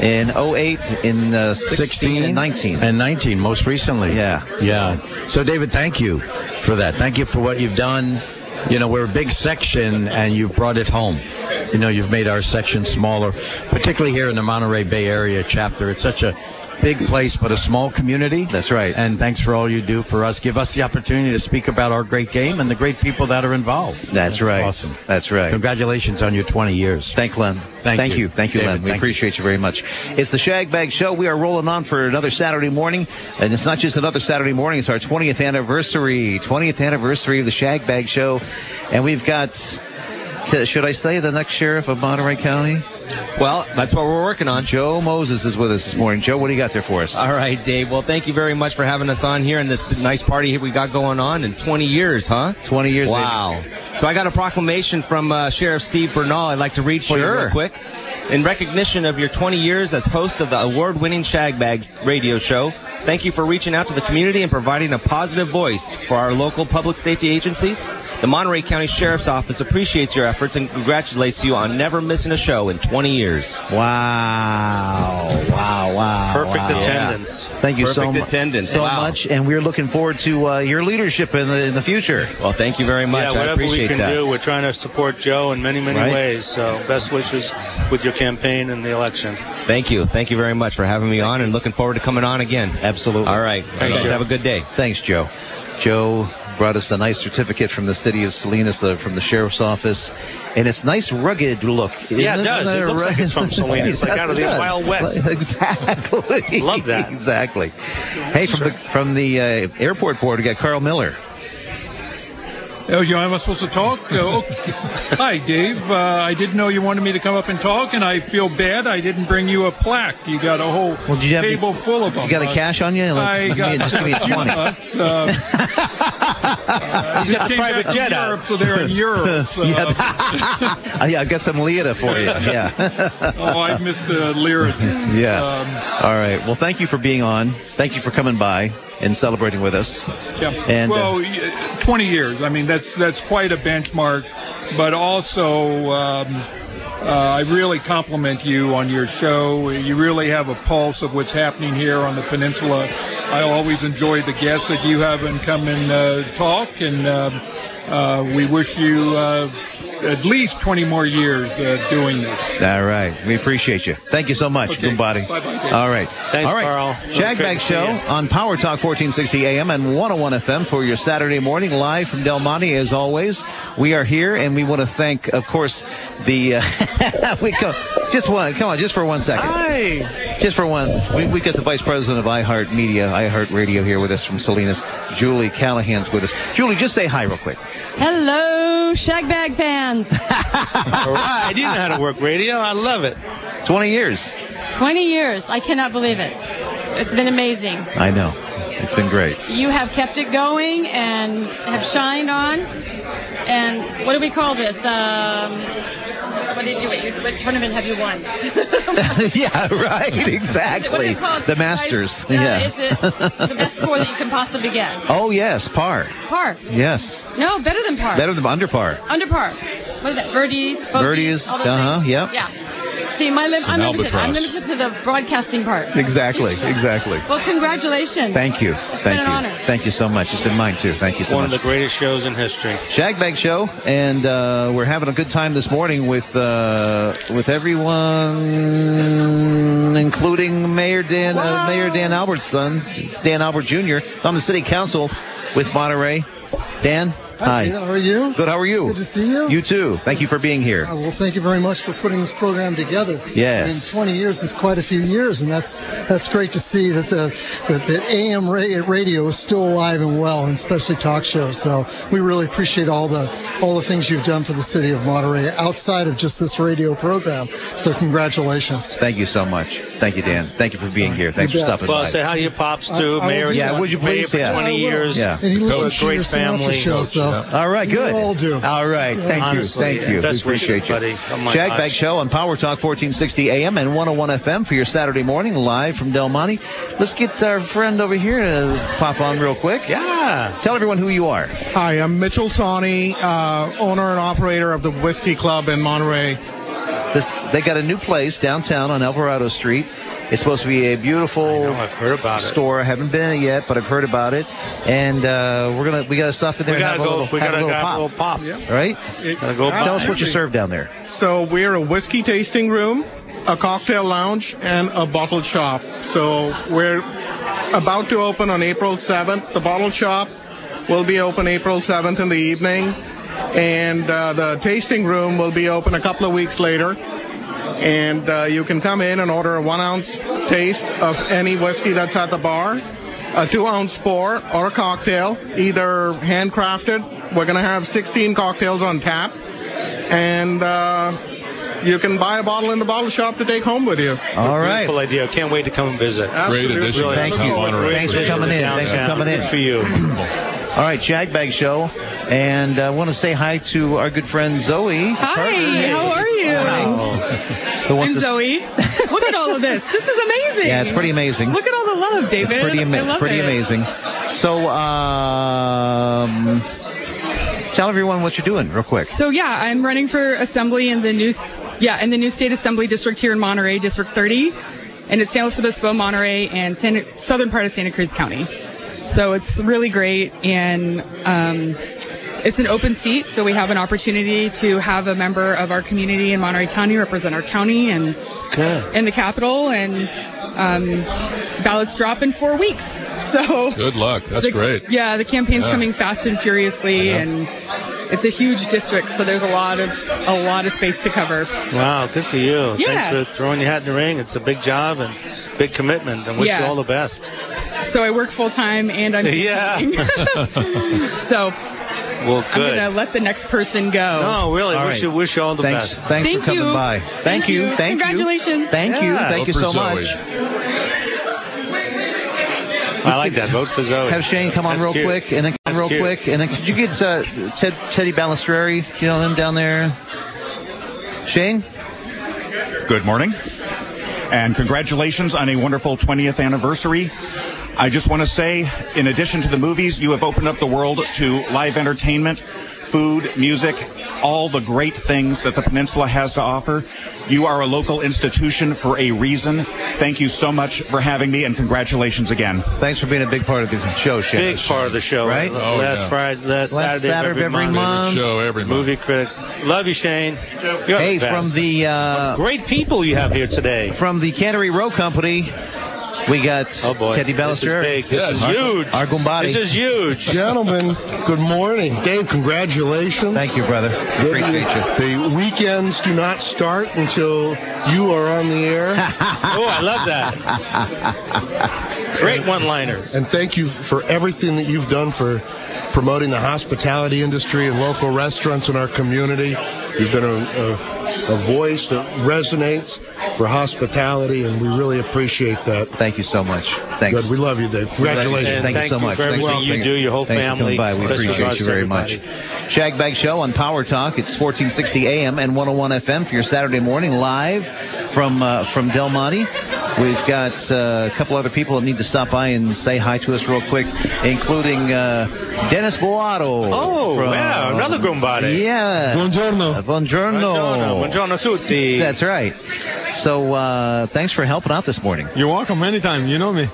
S2: in 08, in uh, 16, and 19.
S21: And 19, most recently. Yeah. Yeah. So, David, thank you for that. Thank you for what you've done. You know, we're a big section and you've brought it home. You know, you've made our section smaller, particularly here in the Monterey Bay Area chapter. It's such a big place, but a small community. That's right. And thanks for all you do for us. Give us the opportunity to speak about our great game and the great people that are involved. That's,
S2: right.
S21: Awesome.
S2: That's right.
S21: Congratulations on your 20 years.
S2: Thank Len.
S21: Thank,
S2: Thank you. Thank you,
S21: David,
S2: Len. We
S21: thank you.
S2: appreciate you very much. It's the Shag Bag Show. We are rolling on for another Saturday morning. And it's not just another Saturday morning, it's our 20th anniversary. 20th anniversary of the Shag Bag Show. And we've got, uh, should I say, the next sheriff of Monterey County?
S22: Well, that's what we're working on.
S2: Joe Moses is with us this morning. Joe, what do you got there for us?
S22: All right, Dave. Well, thank you very much for having us on here and this nice party we got going on in 20 years, huh?
S2: 20 years.
S22: Wow. So I got a proclamation from uh, Sheriff Steve Bernal. I'd like to read for you
S2: Sure.
S22: real quick. In recognition of your 20 years as host of the award-winning Shag Bag radio show, thank you for reaching out to the community and providing a positive voice for our local public safety agencies. The Monterey County Sheriff's Office appreciates your efforts and congratulates you on never missing a show in 20 years.
S2: Wow. Wow. Wow.
S22: Perfect
S2: wow.
S22: attendance.
S2: Thank you so
S22: Perfect
S2: much.
S22: attendance.
S2: So
S22: Wow.
S2: much. And we're looking forward to uh, your leadership in the, in the future.
S22: Well, thank you very much.
S2: I
S4: Yeah, whatever
S2: appreciate
S4: we can
S2: that.
S4: do, we're trying to support Joe in many, many
S22: Right.
S4: ways. So, best wishes with your campaign and the election.
S22: Thank you. Thank you very much for having me on and looking forward to coming on again.
S2: Absolutely.
S22: All right.
S2: Thank
S22: you guys
S2: you.
S22: have a good day.
S2: Thanks, Joe. Joe brought us a nice certificate from the city of Salinas, uh, from the sheriff's office, and it's nice rugged look.
S4: Yeah, it
S2: Isn't
S4: does. It looks like it's from Salinas, like out of the
S2: Yes, it
S4: Wild
S2: does.
S4: West.
S2: Exactly.
S4: Love that.
S2: exactly. Hey, from the from the uh, airport board, we got Carl Miller.
S23: Oh, you am I supposed to talk? Oh, okay. Hi, Dave. Uh, I didn't know you wanted me to come up and talk, and I feel bad I didn't bring you a plaque. You got a whole
S2: Well, did you have any-
S23: table full of them. Uh,
S2: you got a cash on you? Let's-
S23: I
S2: give me-
S23: got
S2: just give me a
S23: a few
S2: 20.
S23: bucks, uh, uh,
S2: He's
S23: just
S2: got a
S23: came back
S2: private
S23: from
S2: jet out.
S23: Europe, so they're in Europe. So,
S2: Uh, yeah, I've got some Lita for you. Yeah.
S23: oh, I missed the lyric.
S2: Yeah. All right. Well, thank you for being on. Thank you for coming by and celebrating with us.
S23: Yeah.
S2: And, uh,
S23: well, y- 20 years. I mean, that's that's quite a benchmark. But also, um, uh, I really compliment you on your show. You really have a pulse of what's happening here on the peninsula. I always enjoy the guests that you have and come and uh, talk. And uh, uh, we wish you uh, at least 20 more years uh, doing this.
S2: All right. We appreciate you. Thank you so much,
S23: Okay.
S2: Goombody.
S23: Bye-bye, Dave.
S2: All right.
S23: Thanks,
S2: All right.
S23: Carl.
S2: Shag
S23: Great
S2: Bag
S23: to see
S2: Show
S23: you.
S2: on Power Talk 1460 AM and 101 FM for your Saturday morning live from Del Monte. As always, we are here and we want to thank, of course, the. Uh, we go, just one. Come on, just for one second. Hi. Just for one. We, we got the vice president of iHeart Media, iHeart Radio here with us from Salinas. Julie Callahan's with us. Julie, just say hi real quick.
S24: Hello, Shagbag fans.
S4: I didn't know how to work radio. I love it.
S2: 20 years.
S24: 20 years. I cannot believe it. It's been amazing.
S2: I know. It's been great.
S24: You have kept it going and have shined on. And what do we call this? Um, what did you? What, you, what tournament have you won?
S2: yeah, right.
S24: Is it- what are
S2: Exactly.
S24: they called?
S2: The Masters.
S24: No,
S2: yeah.
S24: Is it the best score that you can possibly get?
S2: oh yes, par.
S24: Par.
S2: Yes.
S24: No, better than par.
S2: Better than under par.
S24: Under par. What is that? Birdies. bogeys,
S2: Birdies,
S24: all those
S2: uh-huh,
S24: things?
S2: yep.
S24: Yeah. See, my lim-
S2: It's an
S24: I'm limited. I'm
S2: albatross.
S24: limited to the broadcasting part.
S2: Exactly. Exactly.
S24: Well, congratulations.
S2: Thank you.
S24: It's
S2: Thank
S24: been
S2: you.
S24: an honor.
S2: Thank you so much. It's been mine too. Thank you so
S4: One
S2: much.
S4: of the greatest shows in history.
S2: Shagbag Show, and uh, we're having a good time this morning with uh, with everyone, including Mayor Dan uh, Mayor Dan Albert's son, it's Dan Albert Jr. I'm the City Council with Monterey. Dan, hi.
S1: Tina, how are you?
S2: Good. How are you?
S1: It's good to see you.
S2: You too. Thank you for being here.
S1: Uh, Well, thank you very much for putting this program together.
S2: Yes.
S1: I mean, 20 years is quite a few years, and that's that's great to see that the that, that AM ra- radio is still alive and well, and especially talk shows. So we really appreciate all the all the things you've done for the city of Monterey outside of just this radio program. So congratulations.
S2: Thank you so much. Thank you, Dan. Thank you for being here. Thanks for
S1: bet.
S2: stopping
S4: Well,
S2: by.
S4: say hi to your pops too,
S1: I- I
S4: Mayor.
S1: will do
S2: yeah,
S1: that.
S2: would you
S4: Mayor
S2: please?
S4: for
S2: yeah.
S4: 20 years.
S2: Yeah.
S1: And he listens to
S4: great
S1: your Sinatra
S4: family.
S1: show, so
S2: All right,
S1: you
S2: good.
S1: all do.
S2: All right, thank
S4: Honestly,
S2: you, thank you.
S4: best
S2: we
S4: wishes,
S2: appreciate you.
S4: buddy. Oh, my
S2: Jack Bag
S4: gosh.
S2: Show on Power Talk 1460 AM and 101 FM for your Saturday morning live from Del Monte. Let's get our friend over here to pop on real quick. Yeah. Tell everyone who you are.
S5: Hi, I'm Mitchell Sawney, uh, owner and operator of the Whiskey Club in Monterey.
S2: This they got a new place downtown on Alvarado Street. It's supposed to be a beautiful
S4: I've heard about it.
S2: store. I haven't been in it yet, but I've heard about it. And uh, we're gonna we gotta stop in there
S4: We gotta
S2: and have
S4: go.
S2: a little,
S4: we
S2: have
S4: gotta
S2: a little
S4: have
S2: pop.
S4: a little pop.
S2: All right.
S4: Gotta go
S2: Tell us what you
S5: Absolutely.
S2: serve down there.
S5: So we're a whiskey tasting room, a cocktail lounge, and a bottle shop. So we're about to open on April 7th. The bottle shop will be open April 7th in the evening, and uh, the tasting room will be open a couple of weeks later. And uh, you can come in and order a one ounce taste of any whiskey that's at the bar a two ounce pour or a cocktail, either handcrafted. We're going to have 16 cocktails on tap. And uh, you can buy a bottle in the bottle shop to take home with you.
S2: All right.
S4: Beautiful idea. Can't wait to come and visit.
S5: Absolutely. Great addition.
S4: Really
S5: Thank
S4: looking
S5: you.
S4: forward to it.
S5: Thanks for
S4: Great
S5: coming
S4: visit
S5: in. Thanks for
S4: downtown.
S2: coming in.
S4: Good for you.
S2: All right, Shagbag Show. And I want to say hi to our good friend
S25: Hi,
S2: Zoe.
S25: how are you?
S2: Who
S25: I'm
S2: wants to-
S25: Zoe. Look at all of this. This is amazing.
S2: Yeah, it's pretty amazing.
S25: Look at all the love, David.
S2: It's pretty, ama-
S25: I
S2: it's
S25: love
S2: pretty
S25: it.
S2: amazing. So, um, tell everyone what you're doing, real quick.
S25: So yeah, I'm running for assembly in the new s- yeah in the new state assembly district here in Monterey, District 30, and it's San Luis Obispo, Monterey, and Santa, southern part of Santa Cruz County. So it's really great, and um, it's an open seat, so we have an opportunity to have a member of our community in Monterey County represent our county and in the capital, and um, ballots drop in four weeks. So
S11: Good luck. That's
S25: the-
S11: great.
S25: Yeah, the campaign's
S11: Yeah.
S25: coming fast and furiously,
S11: Yeah.
S25: and it's a huge district, so there's a lot of a lot of space to cover.
S4: Wow, good for
S25: Yeah.
S4: you. Thanks for throwing your hat in the ring. It's a big job and big commitment, and wish you
S25: Yeah.
S4: all the best.
S25: So I work full time, and I'm
S4: yeah.
S25: so
S4: well,
S25: I'm
S4: good.
S25: gonna let the next person go.
S4: No, really.
S25: All
S4: wish
S25: right.
S4: you wish you all the
S25: Thanks-
S4: best.
S25: thanks for Thank coming you. by.
S2: Thank,
S25: Thank
S2: you.
S25: you.
S2: Thank you.
S25: Congratulations.
S2: Thank you.
S25: Yeah.
S2: Thank you
S25: Vote
S2: so
S25: for Zoe.
S2: much.
S4: I like that. Vote for Zoe.
S2: Have Shane come on
S4: Oh, That's
S2: real
S4: cute.
S2: quick, and then come
S4: That's
S2: real
S4: cute.
S2: quick, and then could you get uh, Ted Teddy Balestrieri? You know him down there. Shane.
S26: Good morning, and congratulations on a wonderful 20th anniversary. I just want to say, in addition to the movies, you have opened up the world to live entertainment, food, music, all the great things that the peninsula has to offer. You are a local institution for a reason. Thank you so much for having me, and congratulations again.
S2: Thanks for being a big part of the show, Shane.
S4: Big part of the show,
S26: Right?
S4: Uh,
S26: Oh,
S4: last
S26: yeah.
S4: Friday, last,
S2: Last
S4: Saturday, of
S2: Saturday of
S4: every,
S2: every
S4: month.
S2: month.
S4: Show every movie critic. Love you, Shane. You're
S2: hey,
S4: the best.
S2: from the uh,
S4: great people you have here today.
S2: From the Cannery Row Company, we got
S4: Oh, boy.
S2: Teddy
S4: This is
S2: Ballester.
S4: big. This is huge.
S2: Our Gumbati.
S4: This is huge.
S1: Gentlemen, good morning. Dave, congratulations. Thank
S2: you, brother. Appreciate
S1: you. The weekends do not start until you are on the air.
S4: oh, I love that. Great one-liners.
S1: And thank you for everything that you've done for promoting the hospitality industry and local restaurants in our community. You've been a, a
S3: a voice that resonates for hospitality, and we really appreciate that.
S2: Thank you so much. Thanks.
S3: Good. We love you, Dave.
S2: And
S3: Congratulations.
S2: Thank you so much.
S3: Very
S2: Thanks
S3: well.
S2: for coming. Thanks For coming by. We appreciate you very much. Shagbag Show on Power Talk. It's 1460 AM and 101 FM for your Saturday morning live from uh, from Del Monte. We've got uh, a couple other people that need to stop by and say hi to us real quick, including uh, Dennis Boato.
S4: Oh, wow, another Gombare.
S2: Yeah. Buongiorno. buongiorno.
S4: Buongiorno. Buongiorno tutti.
S2: That's right. So uh, thanks for helping out this morning.
S4: You're welcome anytime. You know me.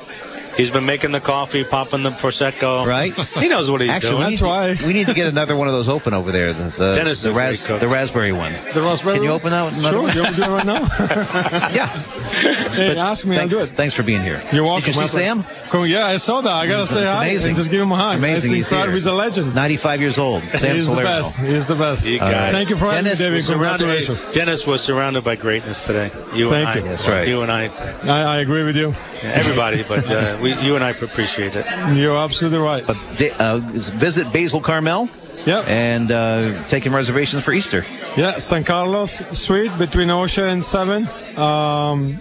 S4: He's been making the coffee, popping the prosecco.
S2: Right?
S4: He knows what he's
S2: Actually,
S4: doing.
S2: we need to- we need to get another one of those open over there. The, the,
S4: Dennis
S2: the,
S4: is very
S2: ras-
S4: cooked.
S2: the raspberry one.
S4: The raspberry
S2: Can you
S4: one?
S2: open that one? another
S4: Sure,
S2: one?
S4: you want
S16: Do it right now.
S2: Hey, ask me, I'll do it. Thanks for being here.
S16: You're welcome.
S2: Did you see Sam?
S16: Cool. Yeah, I saw that. I gotta
S2: It's
S16: say hi
S2: amazing.
S16: and just give him a hug.
S2: It's amazing.
S16: It's
S2: he's
S16: inside
S2: here.
S16: with a legend.
S2: 95 years old. Sam
S16: He's the
S2: Salerno.
S16: best. He's the best.
S4: You
S2: All
S4: got
S2: right.
S4: it.
S16: Thank you for having me,
S4: Dennis
S16: David.
S4: was surrounded,
S16: Congratulations.
S4: Dennis was surrounded by greatness today. You and
S16: Thank
S4: I.
S16: you. That's right.
S4: You and I.
S16: I, I agree with you.
S4: Everybody, but uh, we, you and I appreciate it.
S2: You're absolutely right. But di- uh, visit Basil Carmel. Yep. And uh, taking reservations for Easter.
S16: Yeah, San Carlos Street between OSHA and 7, um,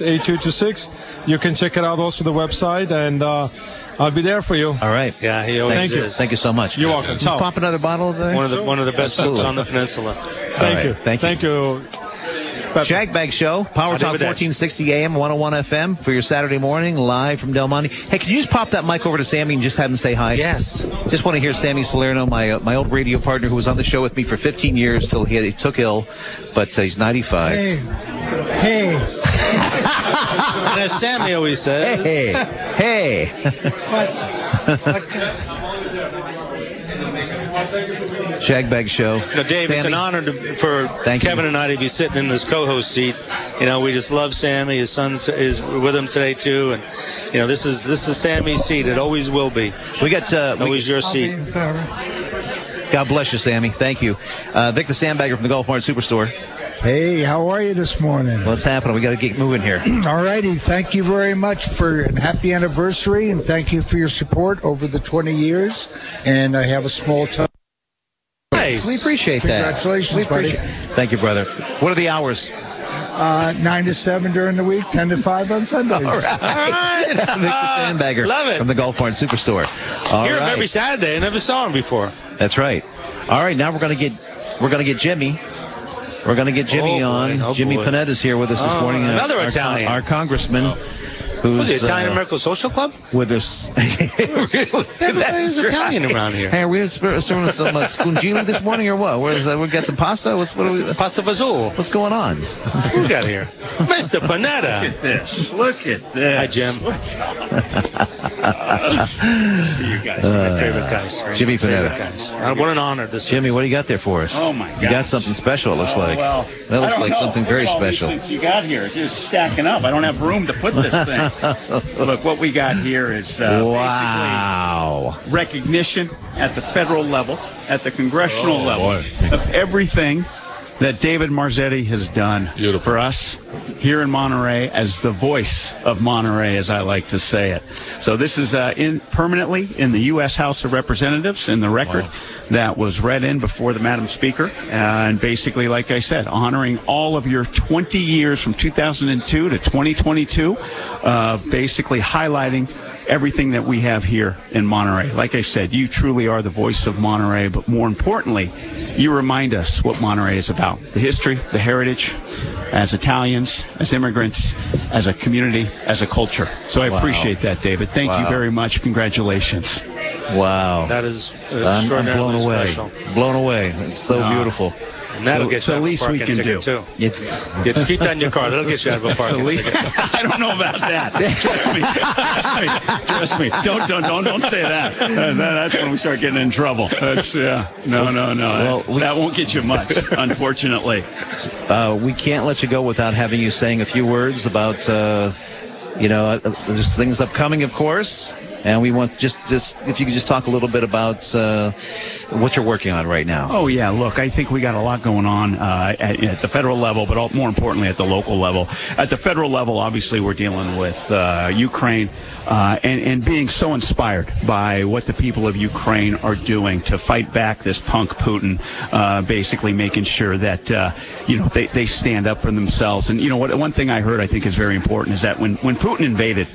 S16: 831-626-8226. You can check it out also the website, and uh, I'll be there for you. All
S2: right.
S4: Yeah, he always
S16: Thank you.
S4: is.
S2: Thank you so much.
S16: You're welcome.
S2: Just pop another bottle of
S4: One of the one of the best cooks
S2: Absolutely.
S4: on the peninsula.
S2: All right. Thank you. Thank
S16: you.
S2: Shagbag Show, Power Talk
S4: Arrivederci.
S2: 1460 AM, 101 FM for your Saturday morning, live from Del Monte. Hey, can you just pop that mic over to Sammy and just have him say hi?
S22: Yes.
S2: Just want to hear Sammy Salerno, my uh, my old radio partner who was on the show with me for 15 years till he, he took ill, but uh, he's 95.
S6: Hey. Hey.
S4: And as Sammy always says,
S2: Hey, hey. Shagbag Show.
S4: You know, Dave, it's
S2: Sammy.
S4: an honor to, for
S2: Thank you.
S4: Kevin and I to be sitting in this co-host seat. You know, we just love Sammy. His son is with him today too, and you know, this is this is Sammy's seat. It always will be.
S2: We got uh,
S4: it's always your
S6: I'll be
S4: seat.
S6: in favor.
S2: God bless you, Sammy. Thank you. Uh, Vic the Sandbagger from the Golf Mart Superstore.
S6: Hey, how are you this morning?
S2: What's happening? We got to get moving here.
S6: All righty. Thank you very much for and happy anniversary, and thank you for your support over the 20 years. And I have a small time.
S2: Nice. We appreciate that.
S6: Congratulations,
S2: We appreciate- Thank you, brother. What are the hours?
S6: Uh, nine to seven during the week, ten to five on Sundays.
S2: All right. Vic the Sandbagger
S4: Uh, Love it.
S2: from the Golf Mart Superstore. All
S4: Hear him
S2: right.
S4: every Saturday. I never saw him before.
S2: That's right. All right, now we're gonna get we're gonna get Jimmy. We're gonna get Jimmy
S4: Oh, boy.
S2: on.
S4: Oh,
S2: Jimmy
S4: boy.
S2: Panetta's here with us this
S4: Oh,
S2: morning. uh,
S4: another
S2: our,
S4: Italian.
S2: our congressman,
S4: Was
S2: who's
S4: it
S2: uh,
S4: Italian American Social Club?
S2: with us.
S4: Everybody's
S2: That's
S4: Italian
S2: right.
S4: around here.
S2: Hey, we're serving some uh, scungino this morning or what? Where's, uh, we got some pasta. What's what are we,
S4: pasta fazool?
S2: What's going on?
S4: Who got here? Mr. Panetta.
S2: Look at
S4: this. Look at this. Hi, Jim.
S2: See
S4: you guys. My favorite guys.
S2: Jimmy
S4: My favorite
S2: Panetta.
S4: guys. Uh, what an honor this
S2: Jimmy, what do you got there for us?
S4: Oh, my
S2: You got
S4: gosh. Oh,
S2: something special. It looks like
S7: Oh, Well,
S2: that
S7: I
S2: looks
S7: don't
S2: like
S7: know.
S2: something
S7: Look
S2: very
S7: at all these
S2: special.
S7: things you got here, It's just stacking up. I don't have room to put this thing. Look, what we got here is uh,
S2: wow.
S7: basically recognition at the federal level, at the congressional
S11: Oh,
S7: level
S11: boy.
S7: of everything that David Marzetti has done for us here in Monterey as the voice of Monterey, as I like to say it. So this is uh, in permanently in the U.S. House of Representatives in the record that was read in before the Madam Speaker, uh, and basically, like I said, honoring all of your 20 years from 2002 to 2022, uh, basically highlighting everything that we have here in Monterey. Like I said, you truly are the voice of Monterey, but more importantly, you remind us what Monterey is about the history, the heritage, as Italians, as immigrants, as a community, as a culture. So I
S2: Wow.
S7: appreciate that, David. Thank
S2: Wow.
S7: you very much. Congratulations.
S2: Wow.
S4: That is
S2: I'm- I'm, blown
S7: extraordinarily
S2: away.
S7: special.
S2: Blown away. It's so
S7: Ah.
S2: beautiful.
S4: And that'll
S7: So-
S4: get
S7: it's the
S4: you out of a
S7: least we
S4: parking
S7: can do.
S4: ticket, too.
S2: It's
S4: Yeah, just keep that in your car. That'll get you out of a
S7: It's the
S4: parking
S7: least-
S4: ticket.
S7: I don't know about that. Trust me. Trust me. Trust me. Don't don't don't, don't say that. Uh, that- That's when we start getting in trouble. That's yeah. No no no. That, that won't get you much, unfortunately.
S2: Uh, we can't let you go without having uh, you saying a few words about, uh, you know, uh, there's things upcoming, of course. And we want just, just if you could just talk a little bit about uh, what you're working on right now.
S7: Oh yeah, look, I think we got a lot going on uh, at, at the federal level, but all, more importantly at the local level. At the federal level, obviously we're dealing with uh, Ukraine uh, and and being so inspired by what the people of Ukraine are doing to fight back this punk Putin, uh, basically making sure that uh, you know they, they stand up for themselves. And you know what? One thing I heard I think is very important is that when when Putin invaded.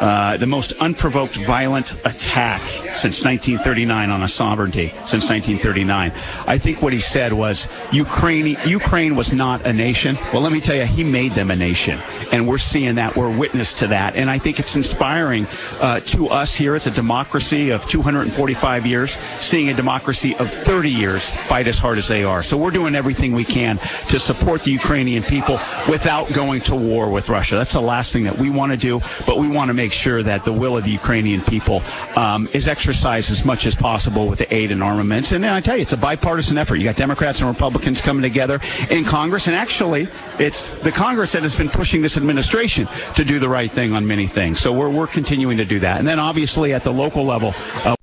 S7: Uh, the most unprovoked violent attack since 1939 on a sovereignty since 1939. I think what he said was Ukraine Ukraine was not a nation. Well, let me tell you, he made them a nation, and we're seeing that. We're witness to that, and I think it's inspiring uh, to us here. It's a democracy of 245 years, seeing a democracy of 30 years fight as hard as they are. So we're doing everything we can to support the Ukrainian people without going to war with Russia. That's the last thing that we want to do, but we want to make sure that the will of the Ukrainian people um, is exercised as much as possible with the aid and armaments. And, I tell you, it's a bipartisan effort. You got Democrats and Republicans coming together in Congress, and actually, it's the Congress that has been pushing this administration to do the right thing on many things. So we're we're continuing to do that. And then obviously at the local level. Uh,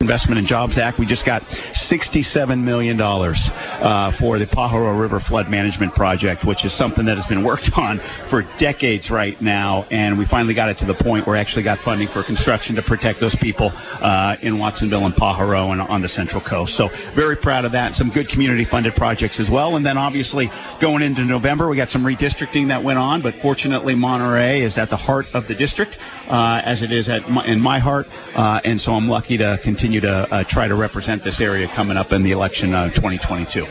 S7: Investment and Jobs Act. We just got $67 million uh, for the Pajaro River Flood Management Project, which is something that has been worked on for decades right now. And we finally got it to the point where we actually got funding for construction to protect those people uh, in Watsonville and Pajaro and on the Central Coast. So very proud of that. Some good community funded projects as well. And then obviously going into November, we got some redistricting that went on, but fortunately, Monterey is at the heart of the district uh, as it is at my, in my heart. Uh, and so I'm lucky to continue to uh, try to represent this area coming up in the election uh, of 2022.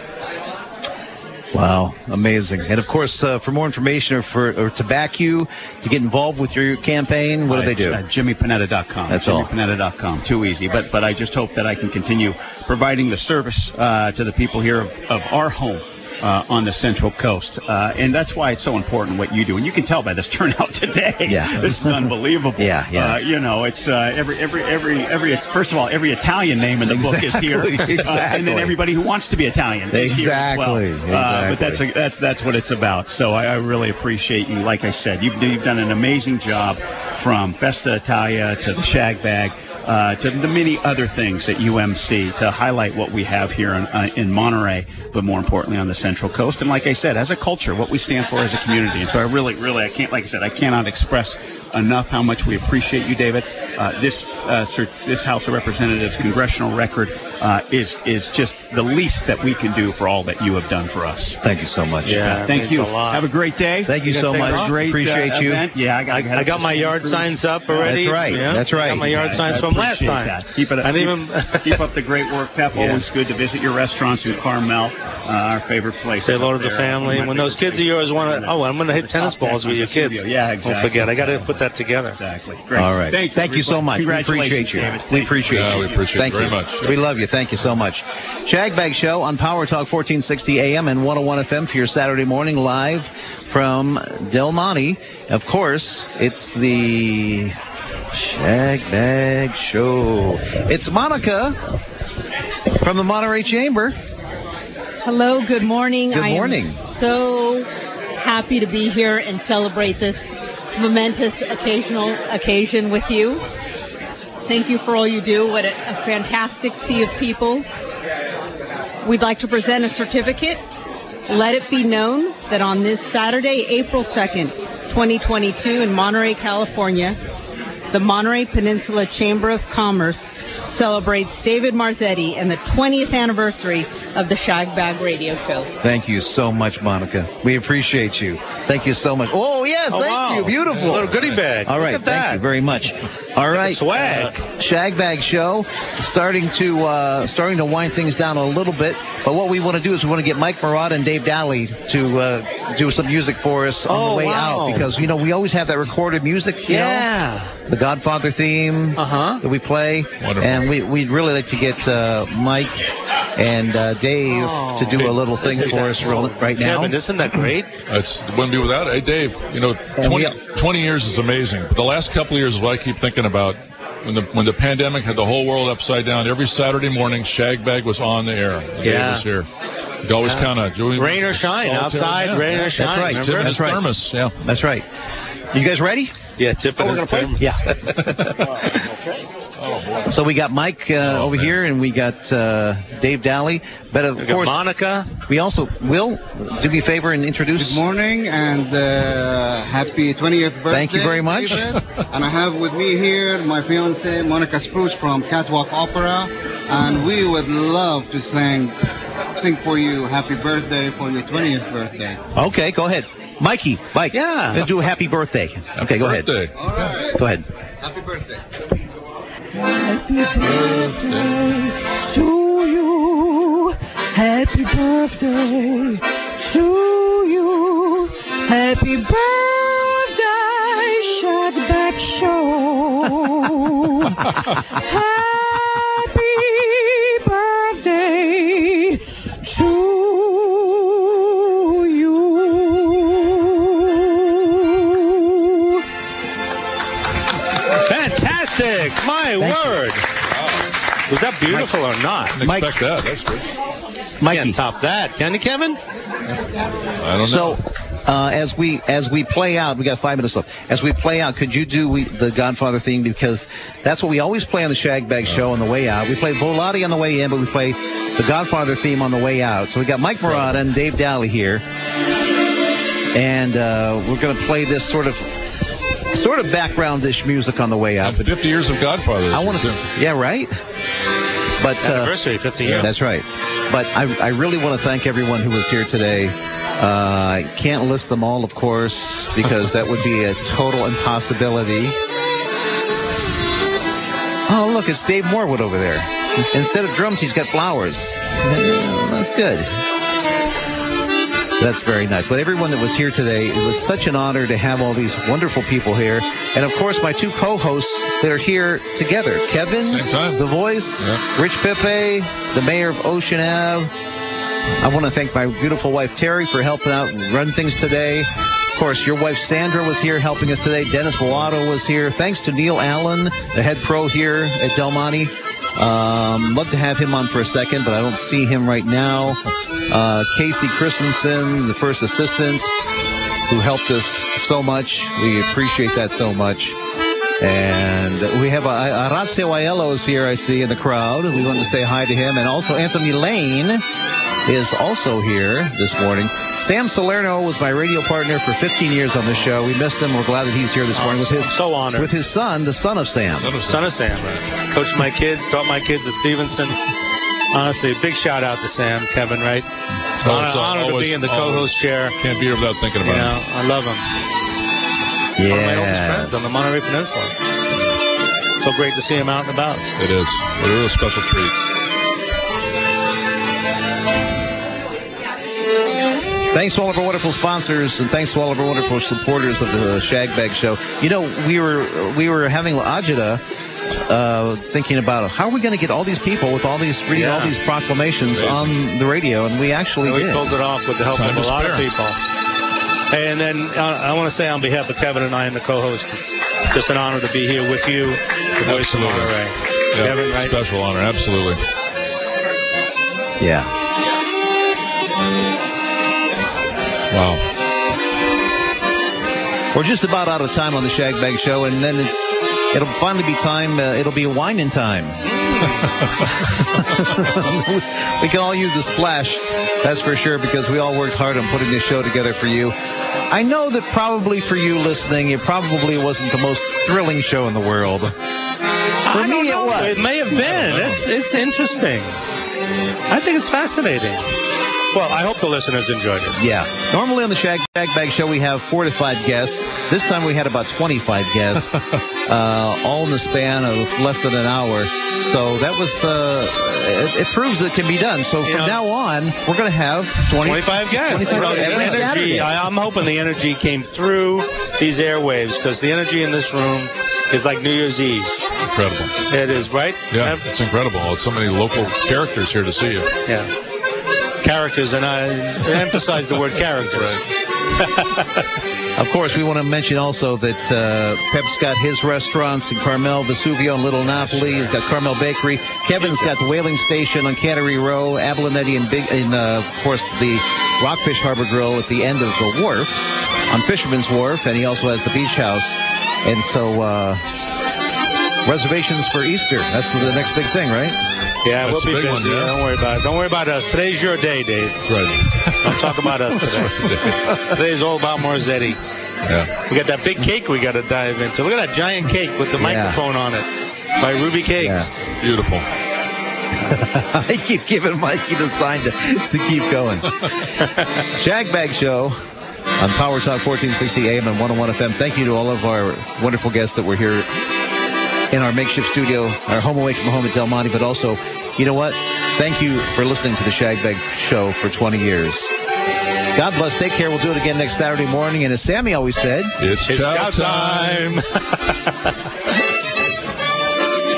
S2: Wow, amazing. And of course, uh, for more information or for or to back you to get involved with your campaign, what do they do?
S7: Uh, JimmyPanetta.com.
S2: That's all.
S7: JimmyPanetta.com. Too easy. But but I just hope that I can continue providing the service uh, to the people here of, of our home. Uh, on the Central Coast, uh, and that's why it's so important what you do. And you can tell by this turnout today.
S2: Yeah.
S7: this is unbelievable.
S2: Yeah, yeah.
S7: Uh, you know, it's uh, every every every every. First of all, every Italian name in the book is here,
S2: Exactly,
S7: Uh, and then
S2: exactly.
S7: everybody who wants to be Italian is here as well.
S2: Exactly,
S7: Uh,
S2: exactly.
S7: but that's a, that's that's what it's about. So I, I really appreciate you. Like I said, you've you've done an amazing job from Festa Italia to the Shag Bag. Uh, to the many other things at UMC to highlight what we have here in, uh, in Monterey, but more importantly on the Central Coast. And like I said, as a culture, what we stand for as a community. And so I really, really, I can't, like I said, I cannot express enough how much we appreciate you, David. Uh, this uh, cer- this House of Representatives congressional record uh, is is just the least that we can do for all that you have done for us.
S2: Thank you so much.
S7: Yeah, thank you. Have a great day.
S2: Thank you so much.
S7: Great, uh,
S2: Appreciate you.
S7: event. Yeah, I got,
S4: I, I got my yard signs up already.
S2: That's right.
S4: Yeah.
S2: That's right.
S4: I got my yard
S7: Yeah,
S4: signs
S7: I
S4: from last
S7: appreciate
S4: time.
S7: that. Keep it up.
S4: I didn't even-
S7: keep, keep up the great work, Pep.
S4: Yeah.
S7: Always good to visit your restaurants in Carmel, uh, our favorite place.
S4: Say hello
S7: up
S4: to the
S7: there.
S4: family.
S7: One of
S4: When
S7: my
S4: those kids of yours want to, oh, I'm going to hit tennis balls with your kids.
S7: Yeah, exactly.
S4: Don't forget, I got to put that together.
S7: Exactly.
S2: All right. Thank, you so much. We appreciate you. We appreciate
S4: Yeah,
S2: you.
S4: we appreciate
S2: Thank
S4: it very
S2: you.
S4: much.
S2: We love you. Thank you so much. Shagbag Show on Power Talk 1460 AM and 101 FM for your Saturday morning live from Del Monte. Of course, it's the Shagbag Show. It's Monica from the Monterey Chamber.
S10: Hello, good morning.
S2: Good morning.
S10: I am so happy to be here and celebrate this momentous occasional occasion with you. Thank you for all you do. What a, a fantastic sea of people. We'd like to present a certificate. Let it be known that on this Saturday, April 2nd, 2022, in Monterey, California, the Monterey Peninsula Chamber of Commerce celebrates David Marzetti and the 20th anniversary of the Shag Bag Radio Show.
S2: Thank you so much, Monica. We appreciate you. Thank you so much. Oh, yes,
S10: Oh,
S2: thank
S10: wow.
S2: you. Beautiful.
S10: Little goodie bag.
S2: All
S10: Look
S2: right,
S10: at
S2: thank
S10: that.
S2: you very much. All right. Swag. Shag Bag Show starting to uh, starting to wind things down a little bit. But what we want to do is we want to get Mike Marotta and Dave Daly to uh, do some music for us on the
S12: Oh,
S2: way
S12: wow.
S2: out because you know we always have that recorded music. You
S12: Yeah.
S2: Know? The Godfather theme uh-huh. that we play, and we, we'd really like to get uh, Mike and uh, Dave to do a little thing
S11: Isn't
S2: for
S11: that-
S2: us real- right now.
S11: Kevin,
S4: isn't that great?
S11: That's wouldn't be without it. Hey, Dave, you know, 20, 20 years is amazing. But the last couple of years is what I keep thinking about. When the when the pandemic had the whole world upside down, every Saturday morning, Shag Bag was on the air. The
S4: Yeah.
S11: Dave was here. You could always
S4: Yeah.
S11: count on it.
S4: Rain or uh, shine, outside, rain or shine,
S11: That's right.
S4: remember?
S11: That's
S4: That's right.
S11: Thermos. Yeah.
S2: That's right. You guys ready? Yeah, tipping
S11: Oh,
S2: his
S11: we're gonna
S2: thermos.
S11: play?
S2: So we got Mike uh, over here, and we got uh, Dave Daly. But of course, Monica. We also will do me a favor and introduce. Good
S12: morning and uh, happy 20th birthday.
S2: Thank you very much.
S12: David. and I have with me here my fiance Monica Spruce from Catwalk Opera, and we would love to sing sing for you happy birthday for your 20th birthday.
S2: Okay, go ahead, Mikey. Mike. Yeah. do a happy birthday. okay, go ahead. Go ahead.
S13: Happy birthday to you. Happy birthday to you. Happy birthday, Shagback Show. Happy birthday to you.
S4: Fantastic! My word. Was that beautiful or not?
S11: Didn't expect that. That's good.
S2: Mikey. Can't top that, can you, Kevin? I
S11: don't know.
S2: So, uh, as we as we play out, we got five minutes left. As we play out, could you do we, the Godfather theme because that's what we always play on the Shag Bag Show on the way out. We play Volati on the way in, but we play the Godfather theme on the way out. So we got Mike Murata and Dave Daly here, and uh, we're going to play this sort of sort of background-ish music on the way out. But
S11: 50 years of Godfather.
S2: I want to, yeah, right. But uh,
S4: Anniversary, 50 years.
S2: That's right. But I, I really want to thank everyone who was here today. Uh, I can't list them all, of course, because that would be a total impossibility. Oh, look, it's Dave Morwood over there. Instead of drums, he's got flowers. That's good. That's very nice. But everyone that was here today, it was such an honor to have all these wonderful people here. And of course, my two co-hosts that are here together, Kevin, The Voice, Rich Pepe, the mayor of Ocean Ave. I want to thank my beautiful wife, Terry, for helping out and run things today. Of course, your wife, Sandra, was here helping us today. Dennis Bellato was here. Thanks to Neil Allen, the head pro here at Del Monte. Um, love to have him on for a second, but I don't see him right now. Uh, Casey Christensen, the first assistant, who helped us so much. We appreciate that so much. And we have uh, Orazio Aiello is here, I see, in the crowd. We want to say hi to him. And also Anthony Lane is also here this morning. Sam Salerno was my radio partner for 15 years on this show. We miss him. We're glad that he's here this morning with his so honored. with his son, the son of Sam.
S4: Son of Sam. Coached my kids, taught my kids at Stevenson. Honestly, big shout out to Sam, Kevin, right? Honor,
S11: it's, uh,
S4: honor to
S11: always-
S4: be in the
S11: always.
S4: co-host chair.
S11: Can't be here without thinking
S4: You
S11: about
S4: know,
S11: it.
S4: I love him. One of my oldest friends on the Monterey Peninsula. So great to see him out and about.
S11: It is. It is a special treat.
S2: Thanks to all of our wonderful sponsors, and thanks to all of our wonderful supporters of the Shag Bag Show. You know, we were we were having Ajita uh, thinking about how are we going to get all these people with all these reading all
S4: Yeah.
S2: these proclamations on the radio, and we actually
S4: And we
S2: did.
S4: pulled it off with the help
S2: Time
S4: of a
S2: to
S4: lot of
S2: spare.
S4: people. And then uh, I want to say on behalf of Kevin and I and the co-host, it's just an honor to be here with you, the voice of
S11: Absolutely.
S4: Monterey.
S11: Yeah,
S4: Kevin, right?
S11: Special honor, absolutely.
S2: Yeah.
S11: Wow.
S2: We're just about out of time on the Shag Bag Show, and then it's it'll finally be time. Uh, it'll be whining time. we can all use a splash, that's for sure, because we all worked hard on putting this show together for you. I know that probably for you listening, it probably wasn't the most thrilling show in the world. For me, it was.
S4: It may have been. It's it's interesting. I think it's fascinating. Well, I hope the listeners enjoyed it.
S2: Yeah. Normally on the Shag, Shag Bag Show, we have four to five guests. This time we had about 25 guests, uh, all in the span of less than an hour. So that was, uh, it, it proves that it can be done. So from now on, we're going to have 20,
S4: 25 guys.
S2: 25
S4: Right.
S2: every
S4: The energy.
S2: Saturday.
S4: I, I'm hoping the energy came through these airwaves because the energy in this room is like New Year's Eve.
S11: Incredible.
S4: It is, right?
S11: Yeah, it's incredible. It's so many local characters here to see you.
S4: Yeah. Characters, and I emphasize the word characters.
S2: Of course, we want to mention also that uh, Pep's got his restaurants in Carmel, Vesuvio, and Little Napoli. He's got Carmel Bakery. Kevin's got the Whaling Station on Cannery Row, Abelaneti, and Big, and uh, of course the Rockfish Harbor Grill at the end of the wharf on Fisherman's Wharf, and he also has the Beach House And so uh, reservations for Easter. That's the next big thing, right?
S4: Yeah, we'll be busy. Don't worry about it. Don't worry about us. Today's your day, Dave. Right. Don't talk about us today. Today's all about Marzetti. Yeah. We got that big cake we got to dive into. Look at that giant cake with the microphone on it by Ruby Cakes. Beautiful.
S2: I keep giving Mikey the sign to, to keep going. Shagbag Show on Power Talk 1460 AM and 101 FM. Thank you to all of our wonderful guests that were here in our makeshift studio, our home away from home at Del Monte, but also, you know what? Thank you for listening to the Shagbag Show for 20 years. God bless. Take care. We'll do it again next Saturday morning. And as Sammy always said,
S11: It's,
S2: cow
S11: cow time.